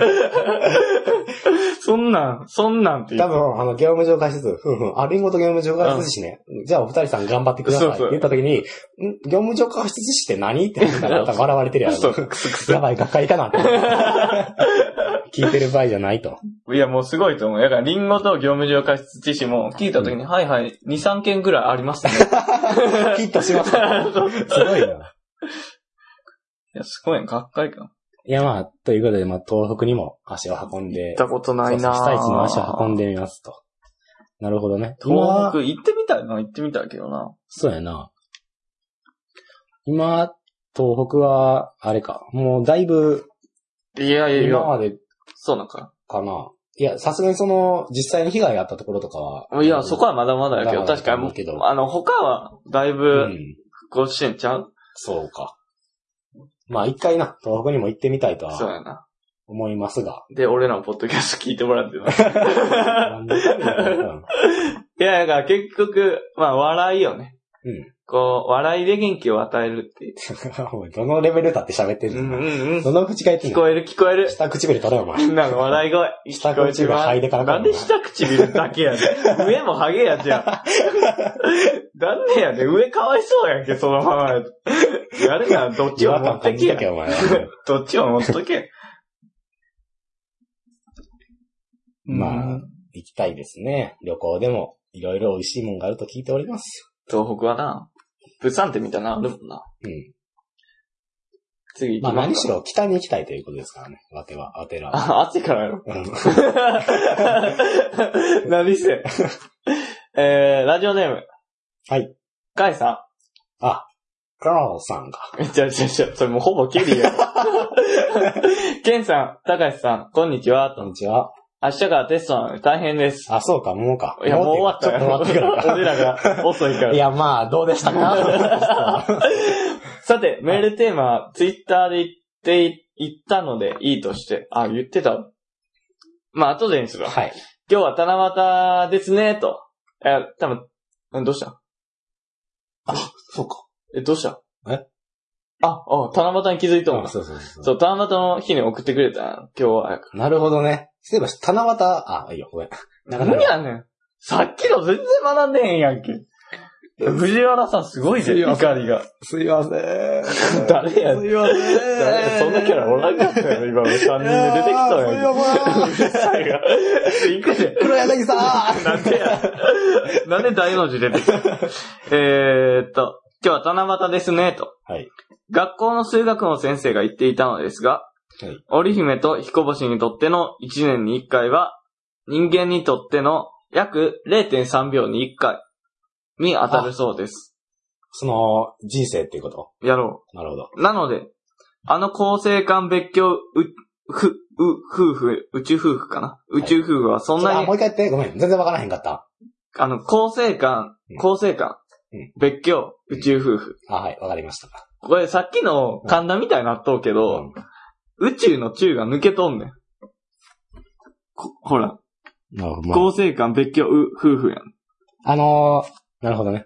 S1: そんなん、そんなんって言
S2: 多
S1: う。
S2: 分、あの、業務上過失、ふんふん、あ、リンゴと業務上過失しね、じゃあお二人さん頑張ってくださいっ
S1: そう
S2: て
S1: そう
S2: 言った時に、ん業務上過失しって何ってなったら、多分笑われてるや
S1: そう、
S2: ろ。
S1: くすくす
S2: や。ばい、学会かな って。聞いてる場合じゃないと。
S1: いや、もうすごいと思う。だから、リンゴと業務上過失致死も聞いたときに、はいはい、2、3件ぐらいあり ますね。
S2: ヒットしました。すごいな。
S1: いや、すごいね、学会か。
S2: いや、まあ、ということで、まあ、東北にも足を運ん
S1: 行
S2: で
S1: っ、たことない
S2: そう
S1: なぁ
S2: そう被災地に足を運んでみますと。なるほどね。
S1: 東
S2: 今
S1: 北行ってみたいな、行ってみたいけどな。
S2: そうやな。今、東北は、あれか。もうだいぶ、
S1: いやいやい
S2: 今
S1: や、
S2: まで
S1: そうなんか。
S2: かな。いや、さすがにその、実際に被害があったところとかは。
S1: いや、そこはまだまだやけど、
S2: まだまだ
S1: 確かにも
S2: だけ
S1: う、
S2: ど
S1: あの、他は、だいうぶ、
S2: ん。
S1: ご支援ちゃう、
S2: そうか。まあ、一回な、東北にも行ってみたいと
S1: そう
S2: は
S1: やな。
S2: 思います が。
S1: で、俺らのポッドキャスト聞いてもらってます
S2: なんでかみたいな
S1: いや、だから結局、まあ、笑いよね。
S2: うん
S1: こう、笑いで元気を与えるっていう。
S2: おいどのレベルだって喋って
S1: う
S2: る
S1: ん
S2: の、
S1: うんうん。
S2: どの口が言ってん
S1: 聞
S2: の
S1: こえる聞こえる。
S2: 下唇取れよ、お前。
S1: なんか笑い声。
S2: 下唇が
S1: 聞
S2: 肺
S1: こえ
S2: でから
S1: てま
S2: か
S1: なんで下唇だけやねん。上もハゲやじゃん。なんでやねん。上かわいそうやんけ、そのままやと。やるならどっち
S2: 違
S1: も
S2: 和
S1: 持
S2: 感
S1: って
S2: 感
S1: け
S2: じ
S1: や
S2: た。け、お前。
S1: どっちも持っとけ。
S2: ま
S1: う
S2: あ
S1: ん、
S2: 行きたいですね。旅行でも、いろいろ美味しいもんがあると聞いております。
S1: 東北はな、物産展みたいなのあるもんな。
S2: うん。
S1: 次行き
S2: まあ、
S1: すか
S2: 何しろ北に行きたいということですからね。わては、あてらは。
S1: あ、暑いからやろ。
S2: うん
S1: 何せ。えー、ラジオネーム。
S2: はい。
S1: ガイさ
S2: あ、カローさんが。
S1: ん。めちゃめちゃめちゃ、それもうほぼキリ や。ケンさん、タカシさん、こんにちは。
S2: ことんにちは。
S1: 明日からテストなので大変です。
S2: あ、そうか、もうか。
S1: いや、もう終わった
S2: ちょ
S1: よ。
S2: っと終わってからか。
S1: 俺らが遅いか
S2: い
S1: ら。
S2: や、まあ、どうでし たか
S1: さて、メールテーマは、ツイッターで言って、言ったのでいいとして、あ、言ってた。まあ、後でにするわ。
S2: はい。
S1: 今日は七夕ですね、と。え、多分、うんどうした
S2: そうか。
S1: え、どうした
S2: え
S1: あ、あ、七夕に気づいたもん。
S2: そうそうそう
S1: そう、七夕の日に送ってくれたんや今日は。
S2: なるほどね。そういえば、七夕、あ、いいよ、ごめん。なかな
S1: 何
S2: か。
S1: やねん。さっきの全然学んでへんやんけ。藤原さんすごいぜ、
S2: すいませ
S1: 怒りが。
S2: すいま せん
S1: 誰やねん
S2: いませ
S1: 誰そんなキャラおらんかったよね、今俺3人で出てきたやんけ。う
S2: や
S1: るさいが。行くで。
S2: 黒柳さん
S1: なんでや。なんで大の字出てきたえーっと、今日は七夕ですね、と。
S2: はい。
S1: 学校の数学の先生が言っていたのですが、
S2: はい
S1: 織姫と彦星にとっての1年に1回は、人間にとっての約0.3秒に1回に当たるそうです。
S2: その、人生っていうこと
S1: やろ
S2: なるほど。
S1: う。なので、あの恒星間別居う、ふ、う、夫婦、宇宙夫婦かな宇宙夫婦はそん
S2: そん
S1: な
S2: な
S1: に、
S2: もう一回やって、ごめん。全然わからへんかった。
S1: あの、恒星間
S2: うん、
S1: 恒星間
S2: うん、
S1: 別居、宇宙夫婦。
S2: あ、はい、わかりました。
S1: これさっきの神田みたいになっとうけど、宇宙の宙が抜けとんねん。こほら、
S2: うんなるほどまあ。
S1: 合成感別居う夫婦やん。
S2: あのー、なるほどね。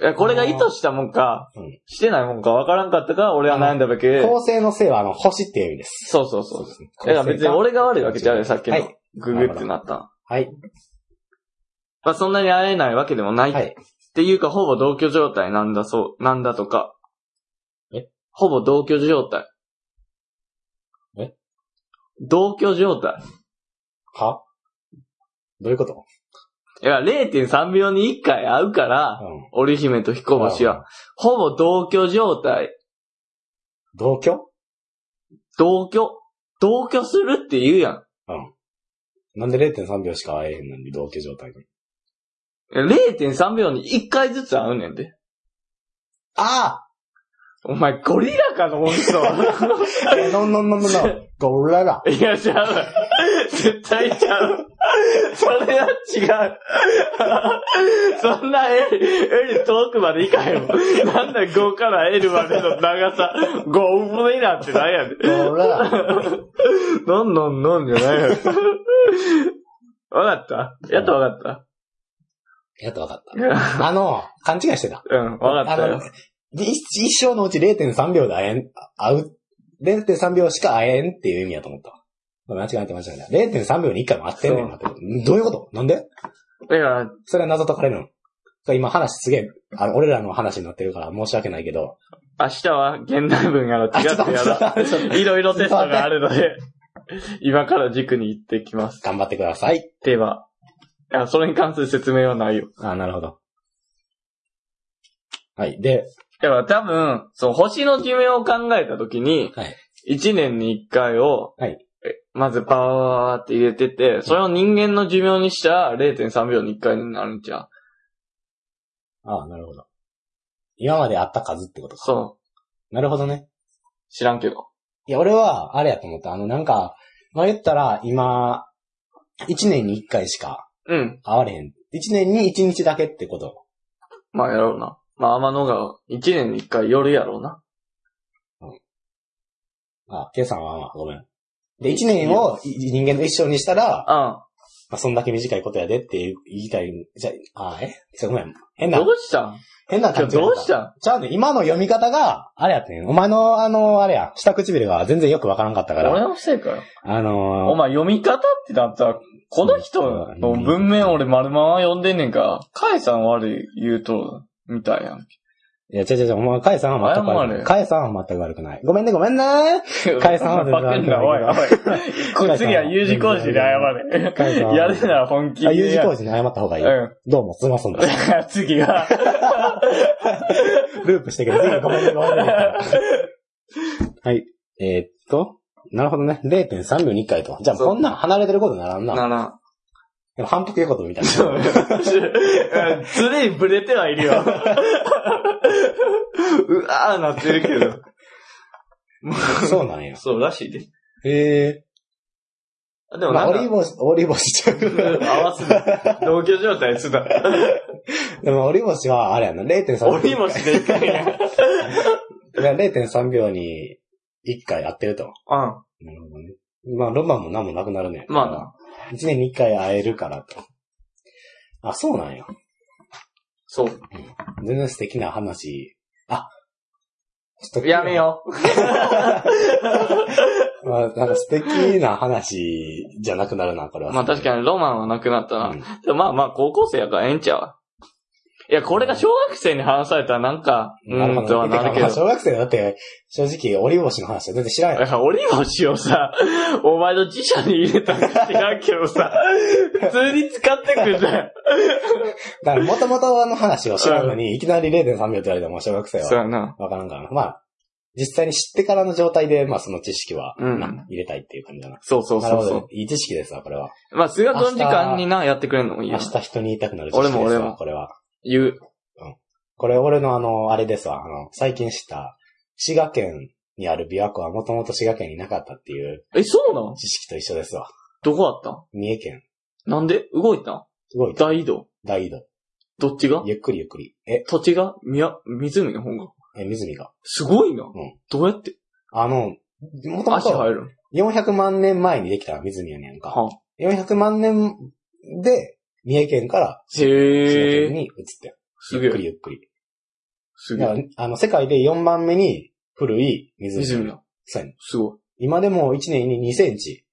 S1: いやこれが意図したもんか
S2: うん、
S1: してないもんか分からんかったから、俺は悩んだだけ。
S2: 構成のせいは、あの、星っていう意味です。
S1: そうそうそう。
S2: すね。
S1: だから別に俺が悪いわけじゃない、さっき
S2: は
S1: の
S2: い。
S1: ググってなった。
S2: はい。
S1: まあそんなに会えないわけでもない。
S2: は
S1: っ
S2: い。
S1: ていうか、ほぼ同居状態なんだそう、なんだとか。
S2: え
S1: ほぼ同居状態。
S2: え
S1: 同居状態。
S2: はどういうこと
S1: いや、0.3秒に1回会うから、
S2: う
S1: 織姫と彦星は、ほぼ同居状態。
S2: ん。同居
S1: 同居。同居するって言うやん。
S2: なんで0.3秒しか会えへんのに同居状態に。
S1: 0.3秒に1回ずつ会うねんで。
S2: あ
S1: お前、ゴリラかの音質
S2: あえ、のんのんのん のんのん。ゴララ。
S1: いや、ちゃうわ。絶対ちゃう。それは違う。 そんな L、L 遠くまでいかへんもん。なんだ5から L までの長さ、5分になってなんやねん。
S2: ほら、
S1: なんなんなんじゃないやろ。 わかったやっとわかっ。
S2: やっとわかったた。あの、勘違いしてた。
S1: うん、わかった
S2: あ
S1: よ
S2: の。一一生のうち0.3秒で会えん、会う、0.3秒しか会えんっていう意味やと思ったわ。ごめん間違えてましたね。0.3秒に1回も会ってんねんなって。どういうことなんで
S1: いや、
S2: それは謎解かれるの。それ今話すげえ、あの、俺らの話になってるから申し訳ないけど。
S1: 明日は現代文やら
S2: あ、
S1: 違
S2: ちょっと
S1: ってや
S2: ちょっ
S1: ら、
S2: とちょっと
S1: いろいろテストがあるの で、今から塾に行ってきます。
S2: 頑張ってください。
S1: では、いや、それに関する説明はないよ。
S2: あ、なるほど。はい。で、
S1: だから多分、その星の寿命を考えたときに、
S2: はい。
S1: 1年に1回を、
S2: はい
S1: えまずパワーって入れてて、それを人間の寿命にしたら0.3秒に1回になるんちゃう
S2: ああ、なるほど。今まで会った数ってことか。
S1: そう。
S2: なるほどね。
S1: 知らんけど。
S2: いや、俺は、あれやと思った。あの、なんか、まあ、言ったら、今、1年に1回しか
S1: うん。
S2: 会われへん。1年に1日だけってこと。
S1: まあやろうな。まあ天の川、一年に一回夜やろうな。
S2: あ、計算はまあ、ごめん。で、1年をい人間の一生にしたら、
S1: あ
S2: まあ、そんだけ短いことやでって言いたい。じゃあ、あえちょごめん。変
S1: ん。ど
S2: な、
S1: うしたん
S2: 変な
S1: 今
S2: 感
S1: 日
S2: じ。
S1: どうしたん
S2: じゃあね、今の読み方が、あれやってん。お前の、あの、あれや、下唇が全然よくわからんかったか
S1: 俺
S2: ら。
S1: のせいかよ。
S2: あの
S1: お前読み方ってだったら、この人の文面俺丸まま読んでんねんから、カイさん悪い言うと、みたいやん。
S2: いや、違う違う違う、お前、カエさんは全
S1: 謝
S2: く悪くな
S1: れ
S2: い。カエさんは全く悪くない。ごめんね、ごめんね。カエさんは全然
S1: バケん な、お い、おい。これ次は U 字工事で謝れ。
S2: カエさんは
S1: やるなら本気
S2: あ、
S1: でや。
S2: U 字工事に謝った方がいい。
S1: うん。
S2: どうも、すいませ んでし
S1: 次は、
S2: た。ループしてくれ。次ごめんね、ごめんね。はい。えーっと、なるほどね。0.3秒に1回と。じゃあ、
S1: そう
S2: こんなん離れてることならんな。
S1: な ら。
S2: でも反復横跳びみたいな。
S1: そう。常にブレてはいる よ。うわーなってるけど。
S2: そうなん や。
S1: そうらしいで。
S2: へえ。
S1: あでも
S2: ま
S1: な
S2: あ、オリ
S1: ん
S2: ー
S1: か、
S2: ブオイス、オリーブオイスちゃう。
S1: 合わす な。同居状態す な。
S2: でも、オリボシは、あれやな、0.3秒。
S1: 折りもしていかへ ん。うん。
S2: いや0.3秒に1回やってると。なるほどね。まあ、ロマンも何もなくなるね。
S1: まあな。
S2: 1年に1回会えるからと。あ、そうなんや。
S1: そう。
S2: 全然素敵な話。あ、ちょっと。
S1: やめよう。
S2: う。まあ、なんか素敵な話じゃなくなるな、これは。
S1: まあ確
S2: に。
S1: かにロマンはなくなったな。でもまあまあ高校生やからええんちゃういや、これが小学生に話されたらなんか、う
S2: なる
S1: ー
S2: ほ
S1: んとは
S2: ど、ね。
S1: なる
S2: て
S1: け
S2: かまあ
S1: ど。
S2: 小学生だって、正直、オリボシの話は全然知らんやん。
S1: 折り星をさ、お前の辞書に入れたか知らんけどさ、普通に使ってくん だよ。
S2: だから、元々の話を知らんのに、いきなり0.3秒って言われても、小学生
S1: そう
S2: は
S1: やな。
S2: わからんからな。まあ、実際に知ってからの状態で、まあ、その知識は、
S1: うん
S2: な入れたいっていう感じだな。
S1: そうそう
S2: なる
S1: そう
S2: ほ
S1: そ
S2: ど。いい知識ですわ、これは。
S1: う。まあ、数学の時間にな、やってくれるのもいい
S2: 明
S1: よ。
S2: 日人に言いたくなる知識ですわ、
S1: 俺も俺も
S2: これは。
S1: 言う。
S2: これ俺のあの、あれですわ、あの、最近知った、滋賀県にある琵琶湖はもともと滋賀県になかったっていう
S1: え、そうなん
S2: 知識と一緒ですわ。
S1: どこだった
S2: 三重県。
S1: んなんで動いたん
S2: すごい、
S1: 大移動。
S2: 大移動。
S1: どっちが
S2: ゆっくりゆっくり。え、
S1: 土地がみや、湖の方が。
S2: え、湖が。
S1: すごいな。
S2: ん
S1: どうやって
S2: あの、もとも
S1: 足
S2: と
S1: 入るん
S2: 400万年前にできた湖やねんか。
S1: は
S2: 400万年で、三重県から滋賀
S1: へえ。
S2: 県に移って
S1: す
S2: ゆ
S1: げ
S2: っく
S1: え。
S2: りゆっくり。
S1: すげ
S2: だか
S1: え。
S2: ら、あの、世界で4番目に古い湖。
S1: 湖だ。
S2: そうやねん
S1: すご
S2: 今でも1年に2センチ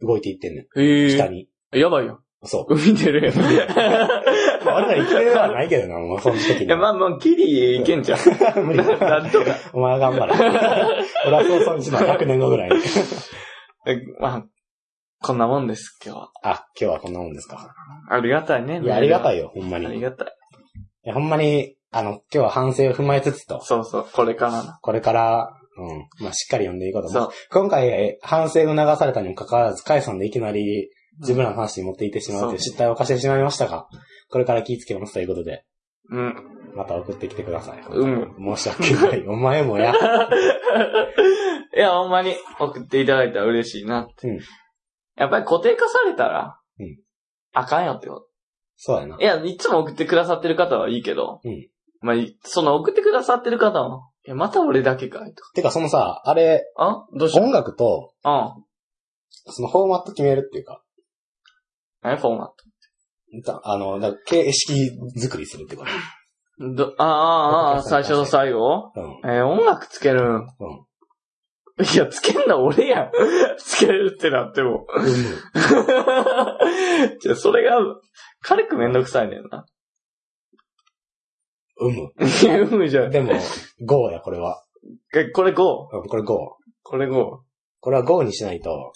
S2: 動いていってんね
S1: い。へ
S2: ん。下
S1: え。
S2: に。
S1: やばいよ。
S2: そう。
S1: 海出るやん。
S2: まあ、俺ら生きてるはないけどな、もうその時
S1: い
S2: に
S1: や、。まあまあ、キリいけんじゃん。
S2: 無理
S1: ななんとか。
S2: お前は頑張れ。 俺はそうそんちの100年後ぐらいに。
S1: えまあ、こんなもんです、今日は。
S2: あ、今日はこんなもんですか。
S1: ありがたいね。
S2: いや、ありがた
S1: い。
S2: いよ、ほんま
S1: あ
S2: に。
S1: り
S2: い
S1: がたい。
S2: や、ほんまに、あの、今日は反省を踏まえつつと、
S1: そうそう、これからな。
S2: これから、うん、まあ、しっかり読んでいこうと思。
S1: そう
S2: 今回、え反省を流されたにもかかわらず、カイさんでいきなり自分らの話に持っていってしまうという
S1: そ
S2: 失態を犯してしまいましたが、これから気ぃつけますということで、
S1: う。うん。
S2: また送ってきてください。
S1: うん。
S2: 申し訳ない。お前 もや。
S1: いや、ほんまに送っていただいたら嬉しいなって。
S2: うん
S1: やっぱり固定化されたら、
S2: うん
S1: あかんよってこと。
S2: そうやな。
S1: いや、いつも送ってくださってる方はいいけど。
S2: うん
S1: まあ、いその送ってくださってる方は、え、また俺だけかいと
S2: てか、そのさ、あれ、
S1: か。あどうしよう。
S2: 音楽と、
S1: うん。
S2: そのフォーマット決めるっていうか、
S1: 何フォーマッ
S2: ざあの、だから形式作りするってこと。
S1: ト。ど、ああ、ああ、ああ、最初と最後
S2: うん。
S1: えー音楽つけるん。いや、つけんの俺やん。 つけるってなっても。
S2: うん。
S1: じゃあ、それが、軽くめんどくさいねんな。
S2: うむ。
S1: いや、うむじゃ。
S2: うんむ。でも、5や、これは。
S1: えこれ 5?
S2: うん、これ5。
S1: これ 5?
S2: これは GO にしないと、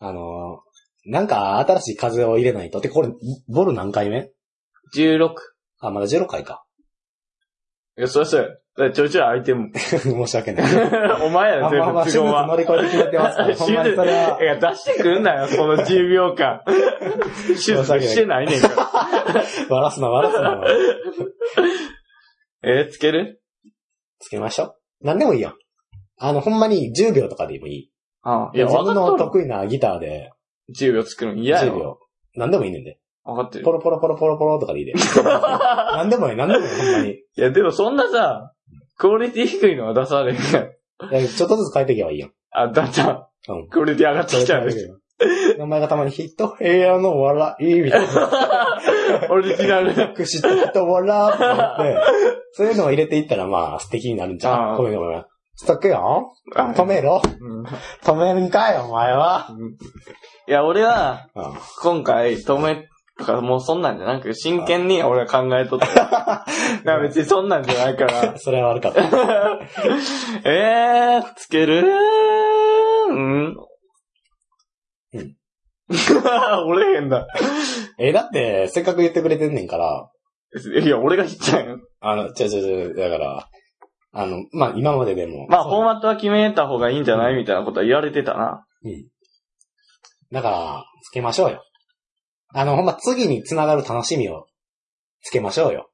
S2: あのーなんか新しい風を入れないと。てかこれ、ボル何回目
S1: 16?
S2: あ、まだ16回か。
S1: いや、そりゃそうや。だからちょいちょい空いて んもん。
S2: 申し訳ない。
S1: お前や
S2: あ
S1: ね、
S2: まあまあ、手
S1: 全部都合
S2: 術
S1: は。
S2: 乗り越えて決めてます
S1: 。
S2: から、ほんまにそれはい
S1: や、出してくんなよ、この10秒 間。手術してないねんから。
S2: 笑すな、笑すな。
S1: えーつける
S2: つけましょう。なんでもいいやん。あの、ほんまに10秒とかでもいい。
S1: あいや、
S2: 自
S1: 分
S2: 分
S1: かっ
S2: の
S1: とる。
S2: 得意なギターで
S1: 10秒作るの嫌や
S2: 10
S1: ろ。
S2: 秒。なんでもいいねんで。
S1: 分かってる
S2: ポ。ロポロポロポロポロとかでい いで。なんでもいい、なんでもいい、ほんまに。
S1: いや、でもそんなさ、クオリティ低いのは出されへんやん。
S2: いやちょっとずつ変えていけばいい やん。
S1: あ、だんだん、
S2: うん。
S1: クオリティ上がってきたんです。
S2: お前がたまに一部屋の笑い、みたいな。
S1: オリジナル。
S2: くしと人笑っ てなって、そういうのを入れていったらまあ素敵になるんじゃ
S1: あ
S2: ん。
S1: あ
S2: こういうのが。しとくよ止めろ
S1: うん
S2: 止めんかいお前は
S1: いや、俺は、
S2: うん
S1: 今回、止め、とか、もうそんなんじゃなく、真剣に俺は考えとった。だ から別にそんなんじゃないから。
S2: それは悪かった。
S1: えー、つけるうん。
S2: う
S1: 折れへんだ。
S2: え、だって、せっかく言ってくれてんねんから、
S1: いや、俺が言ったんよ。
S2: あの、ちょちょちょ、だから、あの、まあ今まででも。
S1: まあ、フォー
S2: ま。
S1: マットは決めた方がいいんじゃないみたいなことは言われてたな。
S2: うん。だから、つけましょうよ。あの、ほんま次につながる楽しみをつけましょうよ。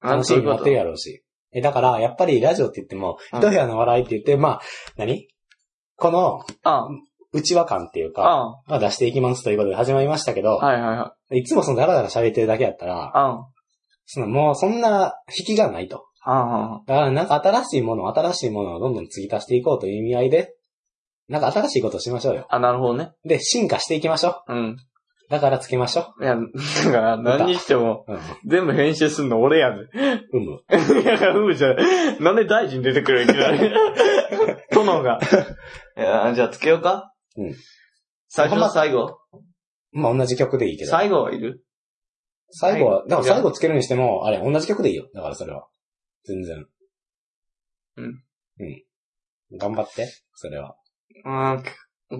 S1: あ
S2: 楽し
S1: そう
S2: み
S1: いう
S2: にな
S1: こと
S2: ってるやろうし。え、だから、やっぱりラジオって言っても、
S1: うん
S2: 一部屋の笑いって言って、まあ、何この、
S1: あ
S2: 内輪感っていう
S1: あ、
S2: か、
S1: あ
S2: まあ出していきますということで始まりましたけど、
S1: あ、はいはいはい。
S2: い、つもそのダラダラ喋ってるだけやったら、
S1: あん、
S2: そのもうそんな引きがないと。
S1: あん、あん。
S2: だからなんか新しいもの、新しいものをどんどん継ぎ足していこうという意味合いで、なんか新しいことをしましょうよ。
S1: あ、なるほどね。
S2: で、進化していきましょう。
S1: うん。
S2: だからつけましょ
S1: いや、だから、何にしても、
S2: う。うん。
S1: 全部編集すんの俺やで。
S2: うむ。
S1: いや、ふうじゃない、なんで大臣出てくるいきなり。殿が。いや、じゃあつけようか。
S2: うん。
S1: 最初の最後。
S2: まあ同じ曲でいいけど。
S1: 最後はいる
S2: 最後は、
S1: 最後
S2: だから最後つけるにしても、あれ、同じ曲でいいよ。だからそれは。全然。
S1: うん。
S2: うん。頑張って、それは。
S1: うん。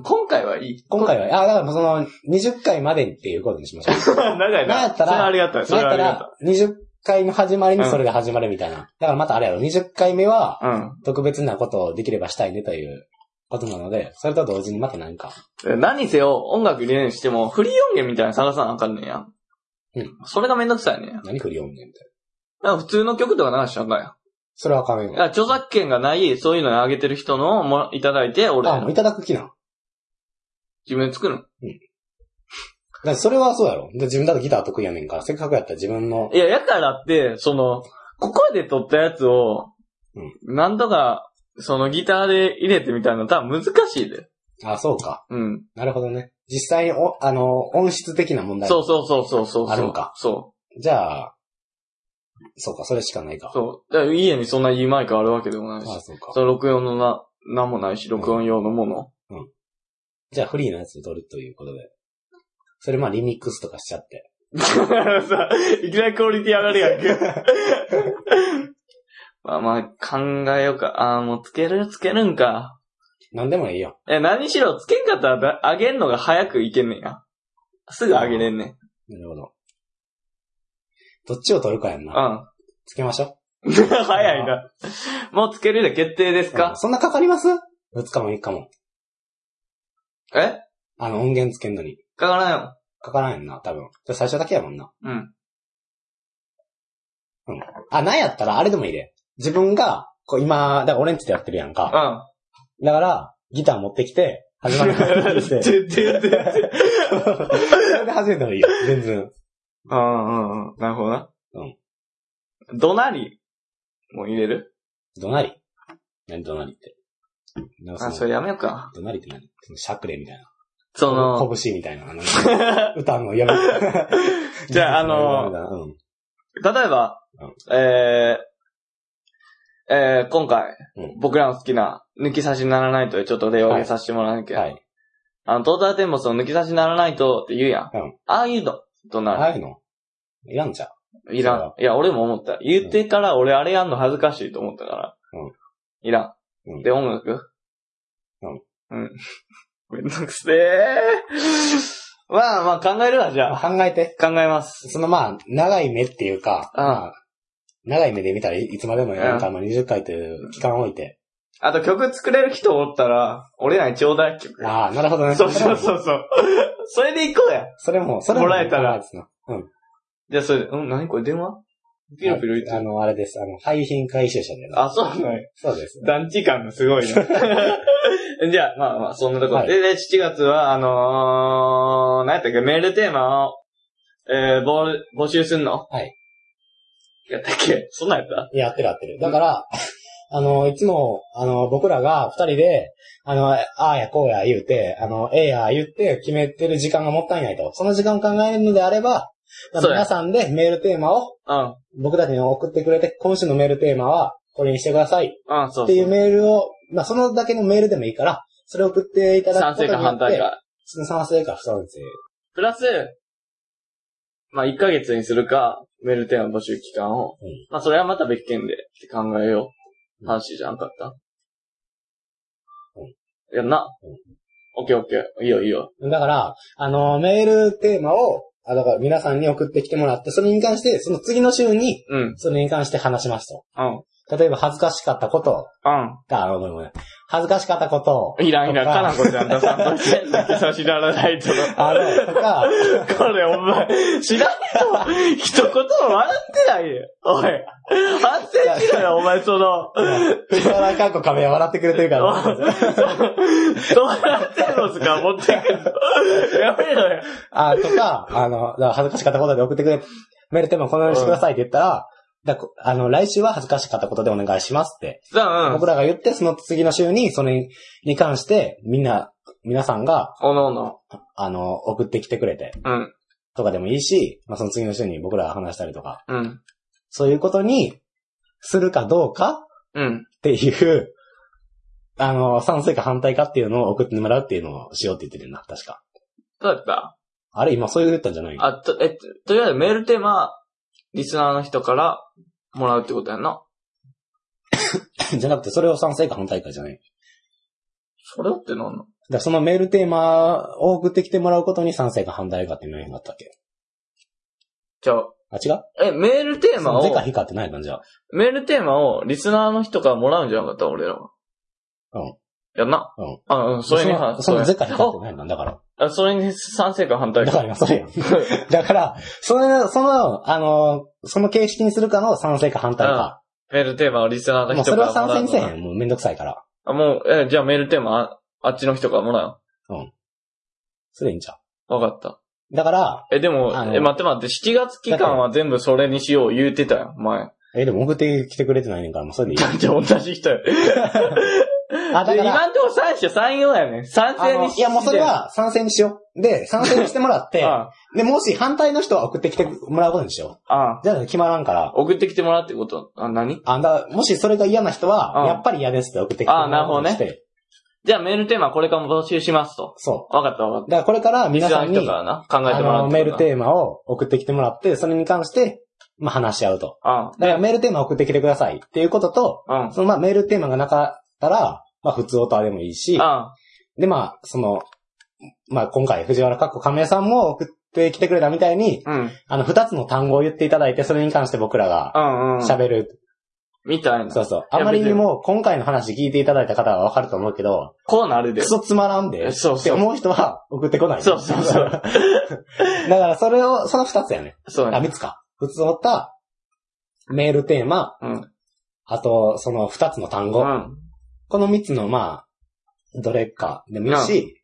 S1: 今回はいい。
S2: 今回は、あ、だからその、20回までっていうことにしましょう。
S1: 長い
S2: なんや
S1: な。
S2: っ
S1: そ
S2: た
S1: れ
S2: ら
S1: はありがたい。そ
S2: だ
S1: れは
S2: か
S1: あり
S2: ら
S1: が、
S2: 20回の始まりにそれで始まるみたいな。だからまたあれやろ、20回目は、
S1: たい。うん
S2: 特別なことをできればしたいねということなので、それと同時にまた何か。
S1: え。何せよ、音楽入れるにしても、フリー音源みたいなの探さなあかんねんや。
S2: うん。
S1: それがめんどくさいねんや。
S2: 何振り音源みたいな。
S1: なんか普通の曲とか流しちゃうかんや。
S2: それはあかんよ
S1: いや著作権がない、そういうのにあげてる人のをもいただいて、俺、
S2: あ、もういただく気なの。だ
S1: 自分で作るの。
S2: からそれはそうやろ。で自分だとギター得意やねんから、せっかくやったら自分の、
S1: いや、やからって、その、ここで撮ったやつを、なんとか、そのギターで入れてみたいなの多分難しいで。
S2: あ、そうか。
S1: うん。
S2: なるほどね。実際にお、あの、音質的な問題。
S1: そうそうそうそうそうそう。
S2: あるんか。
S1: そ
S2: じゃあ、そうか、それしかないか。
S1: う。そう。だから家にそんないいマイクあるわけでもないし。
S2: あ、そうか。
S1: その録音のな、なんもないし、録音用のもの。
S2: じゃあフリーのやつで撮るということで。それまあリミックスとかしちゃって。
S1: さいきなりクオリティ上がるやんけ。 まあまあ、考えようか。ああ、もうつけるつけるんか。
S2: なんでもいいよ。
S1: え、何しろつけんかったらだ、あげんのが早くいけんねんや。すぐあげれんねん。
S2: なるほど。どっちを取るかやんな。
S1: うん。
S2: つけましょ
S1: 早いな。もうつけるで決定です
S2: う。う
S1: か
S2: ん、そんなかかります ?2 日も3日も。
S1: え
S2: あの、音源つけんのに。
S1: かからないよ。
S2: かからんやんな、多分。じゃあ最初だけやもんな。
S1: うん。
S2: あ、なんやったら、あれでもいいで。自分が、こう今、だから俺んちでやってるやんか。だから、ギター持ってきて、始まるからい いして。
S1: ててて。
S2: それで始めてもいいよ。全然。
S1: うんうんうん。なるほどな。うん。怒鳴りも入れる
S2: 怒鳴り何怒鳴りって。なんか
S1: あ、
S2: そ
S1: そ
S2: の、
S1: れやめようか。
S2: 怒鳴りって何そのシャクレみたいな。
S1: その、
S2: 拳みたいな。あの歌うのやめて
S1: じゃああ の
S2: うん
S1: 例えば
S2: うん、
S1: えー、えー、今回
S2: うん、
S1: 僕らの好きな、抜き差しならないとでちょっと例を挙げさせてもらうけど
S2: は、い。
S1: あの、トータルテンボスの抜き差しならないとって言うやん。
S2: うん
S1: ああいうの、と
S2: ああ
S1: な
S2: いうのいらんじゃん。
S1: る。いらん。いや、俺も思った。言ってから俺あれやんの恥ずかしいと思ったから。
S2: うん
S1: いら
S2: うん
S1: ん。で、音楽
S2: うん。
S1: うん。 めんどくせえ。まあまあ考えるわ、じゃあ。
S2: 考えて。
S1: 考えます。
S2: そのまあ、長い目っていうか、
S1: うん
S2: まあ長い目で見たらいいつまでもやるから、まあ20回という期間を置いて。
S1: あと曲作れる人おったら、俺らにちょうだい。曲
S2: ああ、なるほどね。
S1: そうそうそう そう。それで行こうや。
S2: それも、それ
S1: もらえたら
S2: あれですなうん。
S1: じゃあそれで、うん、何これ電話ピロピロ言って
S2: あ
S1: る。
S2: の、あれです。あの、廃品回収車で。
S1: あ、そうなのよ。
S2: そうです。
S1: 団地感がすごいな。 じゃあ、まあまあ、そんなところ、
S2: はい
S1: で。で、7月は、あのー、何やったっけ、メールテーマを、えー、募募集すんの
S2: はい。
S1: やったっけそんなんやった
S2: いや、合ってる合ってる。だから、 あの、いつも、あの、僕らが二人で、あの、ああやこうや言うて、あの、ええや言って決めてる時間がもったいないと。その時間を考えるのであれば、まあ
S1: そうや
S2: 皆さんでメールテーマを
S1: うん。
S2: 僕たちに送ってくれて、今週のメールテーマはこれにしてください
S1: うん、そうそう。
S2: っていうメールを、まあ、そのだけのメールでもいいから、それを送っていただ
S1: 賛
S2: くこと
S1: 成
S2: によ
S1: か
S2: って。
S1: 反対。か。
S2: その賛成か不賛成。
S1: プラス、まあ、1ヶ月にするか、メールテーマ募集期間を、
S2: うん
S1: まあ、それはまた別件でって考えよう。
S2: うん
S1: 話じゃなかった、
S2: うん
S1: やんな、
S2: うん
S1: オッケーオッケー。いいよいいよ。
S2: だから、あの、メールテーマを、あだから皆さんに送ってきてもらって、それに関して、その次の週に、
S1: うん。うん。
S2: それに関して話します
S1: うん。
S2: と。例えば、恥ずかしかったことが、あごめんごめん。恥ずかしかったことを、
S1: いらんいらん。
S2: と
S1: か
S2: か
S1: なこちゃんとさんとして、さ知らないと。
S2: あの、とか、
S1: これお前、知らんと、一言も笑ってないよ。おい。反省しろよ、お前その。
S2: 藤原かっこ亀は笑ってくれてるか ら、
S1: どうなってるのすか持ってくるの。やめろよ。
S2: あとか、あの、だから恥ずかしかったことで送ってくれ、メールテーマこのようにしてくださいって言ったら、だこあの、来週は恥ずかしかったことでお願いしますって。
S1: さあ、うん。
S2: 僕らが言って、その次の週に、それに関して、みんな、皆さんが、
S1: おのおの。
S2: あの、送ってきてくれて、
S1: うん。
S2: とかでもいいし、まあ、その次の週に僕らが話したりとか、
S1: うん。
S2: そういうことに、するかどうか
S1: うん。
S2: っていう、あの、賛成か反対かっていうのを送ってもらうっていうのをしようって言ってるな、確か。
S1: どうだった
S2: あれ、今そういう言ったんじゃない
S1: あ、と、え、とりあえずメールテーマ、リスナーの人からもらうってことやんな。
S2: じゃなくて、それを賛成か反対かじゃない。だか
S1: それってなんの
S2: らそのメールテーマを送ってきてもらうことに賛成か反対かって何があったっけ
S1: じゃあ、
S2: あ、違う
S1: え、メールテーマを
S2: 是、か非かってないかじゃあ。
S1: メールテーマをリスナーの人からもらうんじゃなかった俺らは。
S2: うん。
S1: やんな。
S2: うん。
S1: あ、うん、それに
S2: そ
S1: 反
S2: のその
S1: や
S2: 是か非かってないかだから。
S1: あそれに賛成か反対
S2: だか
S1: か。
S2: ら今それやん。だから、その、その、あの、その形式にするかの賛成か反対か。
S1: メールテーマをリスナーの
S2: もう
S1: 人
S2: そ
S1: か
S2: れ
S1: ら
S2: は
S1: もらう
S2: 賛
S1: の
S2: 成にせえへん。もうめんどくさいから。
S1: あ、もう、え、じゃあメールテーマあ、あっちの人からもら
S2: それいいんちゃ
S1: うよ。わかった。
S2: う。だから、
S1: え、でも
S2: あ、の
S1: え、待って待って、7月期間は全部それにしよう言うてたよ、前。
S2: え、でも送ってきてくれてないねんから、もうそれで いい
S1: だ。って同じ人や。
S2: あ、だから、
S1: 今んとこ三者三様やね。賛
S2: あ
S1: 成
S2: の
S1: にし
S2: いやもうそれ、は賛成にしよう。で、賛成にしてもらって、
S1: あ
S2: で、もし反対の人は送ってきてもらうことにしよ
S1: あ、ああ
S2: う。じゃあ決まらんから。
S1: 送ってきてもらうってこと、あ、何
S2: あ、だからもしそれが嫌な人は、
S1: うん
S2: やっぱり嫌ですって送ってきてもらうことにして。
S1: あじゃあメールテーマこれからも募集しますと。
S2: そ
S1: わかったわかっ
S2: う。だからこれから
S1: た。リ
S2: 皆
S1: スナ
S2: さ
S1: ー
S2: ん
S1: の
S2: に
S1: 人、からな、考え
S2: あ
S1: てもらうってことな
S2: の、メールテーマを送ってきてもらって、それに関して、まあ話し合うと。だからメールテーマを送ってきてくださいっていうことと、
S1: うん。うん。
S2: そのまあメールテーマがなかったら、まあ普通オタでもいいし、
S1: あ
S2: でまあ、その、まあ今回藤原かっこ亀井さんも送ってきてくれたみたいに、
S1: うん。
S2: あの二つの単語を言っていただいて、それに関して僕らが
S1: うんうん。
S2: 喋る。
S1: みたいな
S2: そ。うそう。あまりにも今回の話聞いていただいた方はわかると思うけど、
S1: こうなるで
S2: ク。ソつまらんで、
S1: えそうそう
S2: って思う人は送ってこない。
S1: そうそうそう
S2: だからそれを、その二つやね。
S1: そう
S2: あ、
S1: ね。
S2: 三つか。普通おった、メールテーマ、
S1: うん。
S2: あと、その二つの単
S1: う
S2: 語。
S1: ん。
S2: この三つの、まあ、どれかでもいいし、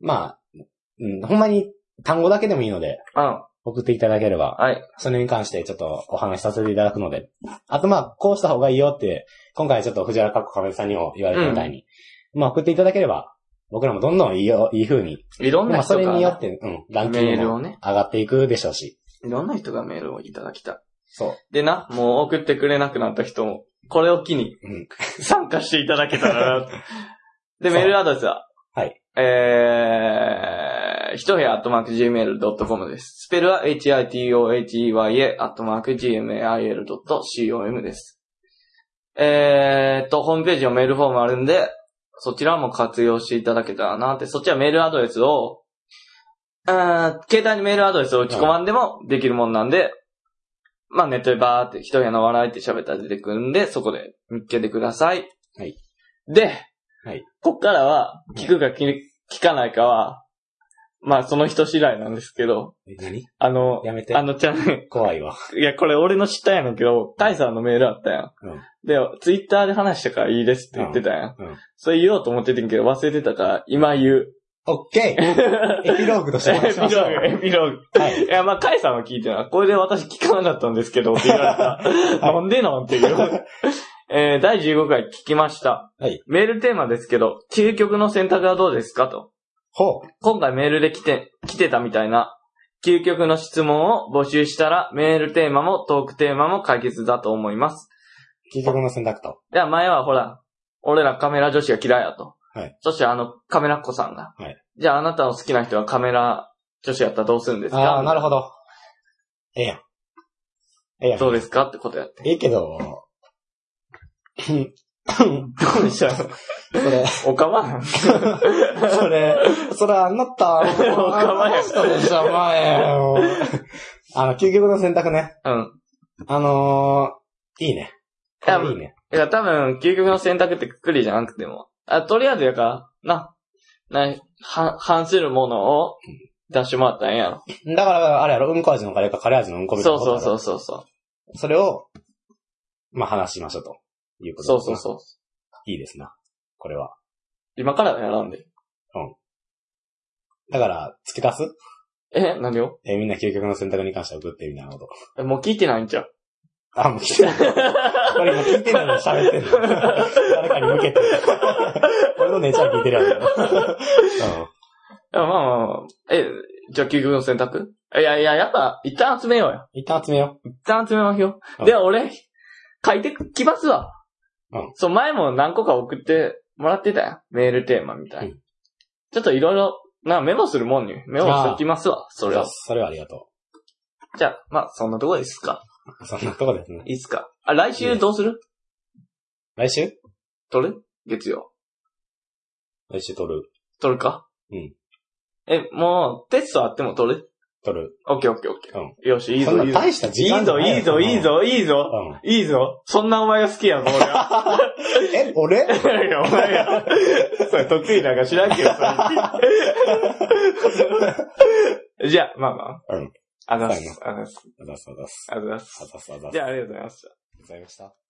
S2: まあ、うん、ほんまに単語だけでもいいので、
S1: うん。
S2: 送っていただければ、
S1: はい。
S2: それに関してちょっとお話しさせていただくので。あとまあ、こうした方がいいよって、今回ちょっと藤原かっこかめさんにも言われたみたいに、まあ送っていただければ、僕らもどんどんいいよ、いい風に。
S1: いろん
S2: ま
S1: な
S2: あそ
S1: 人
S2: れ
S1: が、
S2: によっ
S1: ね、
S2: て、うん、ランキ
S1: メ
S2: ン
S1: ー
S2: グ
S1: ル
S2: も
S1: をね、
S2: 上がっていくでしょうし。
S1: いろんな人がメールをいただきた
S2: そ
S1: い。でな、もう送ってくれなくなった人も、これを機に
S2: う。うん。
S1: 参加していただけたら な。で、
S2: そう
S1: メールアドレスは、
S2: はい。
S1: えー、ひとへやアットマーク gmail.com です。スペルは hitohey アットマーク gmail.com です。えーっと、ホームページのメールフォームあるんで、そちらも活用していただけたらなって、そっちはメールアドレスを、あー携帯にメールアドレスを打ち込まんでもできるもんなんで、まあネットでバーって一部屋の笑いって喋ったら出てくるんで、そこで見つけてください。
S2: はい。
S1: で、
S2: はい。
S1: こっからは、聞くかき聞かないかは、まあその人次第なんですけど、
S2: え何
S1: あの、
S2: やめて
S1: あ。のチャンネル、
S2: 怖いわ。
S1: いや、これ俺の知ったんやねんけど、タイさんのメールあったやん。
S2: うん
S1: で、ツイッターで話したからいいですって言ってたやん。
S2: うんうん
S1: それ言おうと思っててんけど忘れてたから、今言う。
S2: オッケー エピローグとして
S1: エ
S2: 話
S1: ピ
S2: し
S1: ロ
S2: まし ょう
S1: ーグ、エピローグ。
S2: はい。
S1: いや、まあ、カイさんは聞いてない。これで私聞かなかったんですけど、って言わ れた。なんでなんていう。えー、第15回聞きました。
S2: はい
S1: メールテーマですけど、究極の選択はどうですかと。
S2: ほう。
S1: 今回メールで来て、来てたみたいな、究極の質問を募集したら、メールテーマもトークテーマも解決だと思います。
S2: 究極の選択と。
S1: いや、前はほら、俺らカメラ女子が嫌いやと。
S2: はい
S1: そしてあの、カメラっ子さんが。
S2: はい
S1: じゃああなたの好きな人はカメラ女子やったらどうするんですか
S2: ああ、なるほど。ええやん。ええやん。
S1: どうですかってことやって。
S2: ええけど、
S1: どうしたの
S2: それ、
S1: おかま なん
S2: それ、それあなた、
S1: お構い
S2: あしたでしょ、前。もうあの、究極の選択ね。
S1: うん。
S2: あのー、いいね。
S1: いや
S2: これいいね。
S1: いや、多分、究極の選択ってくくりじゃなくても。あ、とりあえずやから、な、な、は、反するものを出してもらったんやろ。
S2: だから、あれやろ、うんこ味のカレーかカレー味のうんこみたい
S1: そ
S2: な
S1: うそ
S2: こと
S1: う
S2: だろ。
S1: そうそうそう。
S2: それを、まあ、話しましょうと。いうこと
S1: そうそうそう。
S2: う。いいですな。これは。
S1: 今からやらんで。
S2: だから、付け足す
S1: え、何を
S2: え、みんな究極の選択に関して送ってみたいなこと。
S1: えもう聞いてないんちゃう
S2: あ、もう聞 いてない。これ今聞いてるのに喋ってるの。誰かに向 けて。俺の姉ちゃん聞いてるやつだ
S1: い
S2: な。
S1: やまあまあまあ。え、じゃあ究極の選択いやいや、やっぱ、一旦集めようよ。
S2: 一旦集めよ
S1: 一旦集めましょ
S2: う
S1: う。
S2: ん
S1: では俺、書いてきますわ。
S2: うん
S1: そう、前も何個か送ってもらってたよ。メールテーマみたいな。
S2: うん
S1: ちょっといろいろ、な、メモするもんに。メモしておきますわ。
S2: う。
S1: それは。
S2: それはありがと
S1: じゃあ、まあ、そんなとこですか。
S2: う。そんなと こですね。
S1: いいっすか。あ、来週どうする
S2: 来週
S1: 撮る月曜。
S2: 来週撮る。
S1: 撮るか
S2: うん。
S1: え、もう、テストあっても撮る
S2: 撮る。
S1: オッケーオッケーオッケ
S2: うん。
S1: ー。よし、いい
S2: そん
S1: ぞ、
S2: ない
S1: いぞ。
S2: 大した時
S1: い
S2: 間
S1: い
S2: じゃ
S1: ぞ、
S2: ない
S1: いいぞ、いい。ぞ、いいぞ。
S2: うん。
S1: いいぞ。そんなお前が好きやぞ、俺は。
S2: え、俺
S1: いやいや、お前が。それ得意なんか知らんけど、 それ。じゃあ、まあまあ。
S2: うん。
S1: あざっす。あざっす。
S2: あざすあざす。
S1: あざっす。
S2: あざすあざす。あり
S1: じ
S2: がと
S1: ゃあ、ありがとうございました。
S2: うございました。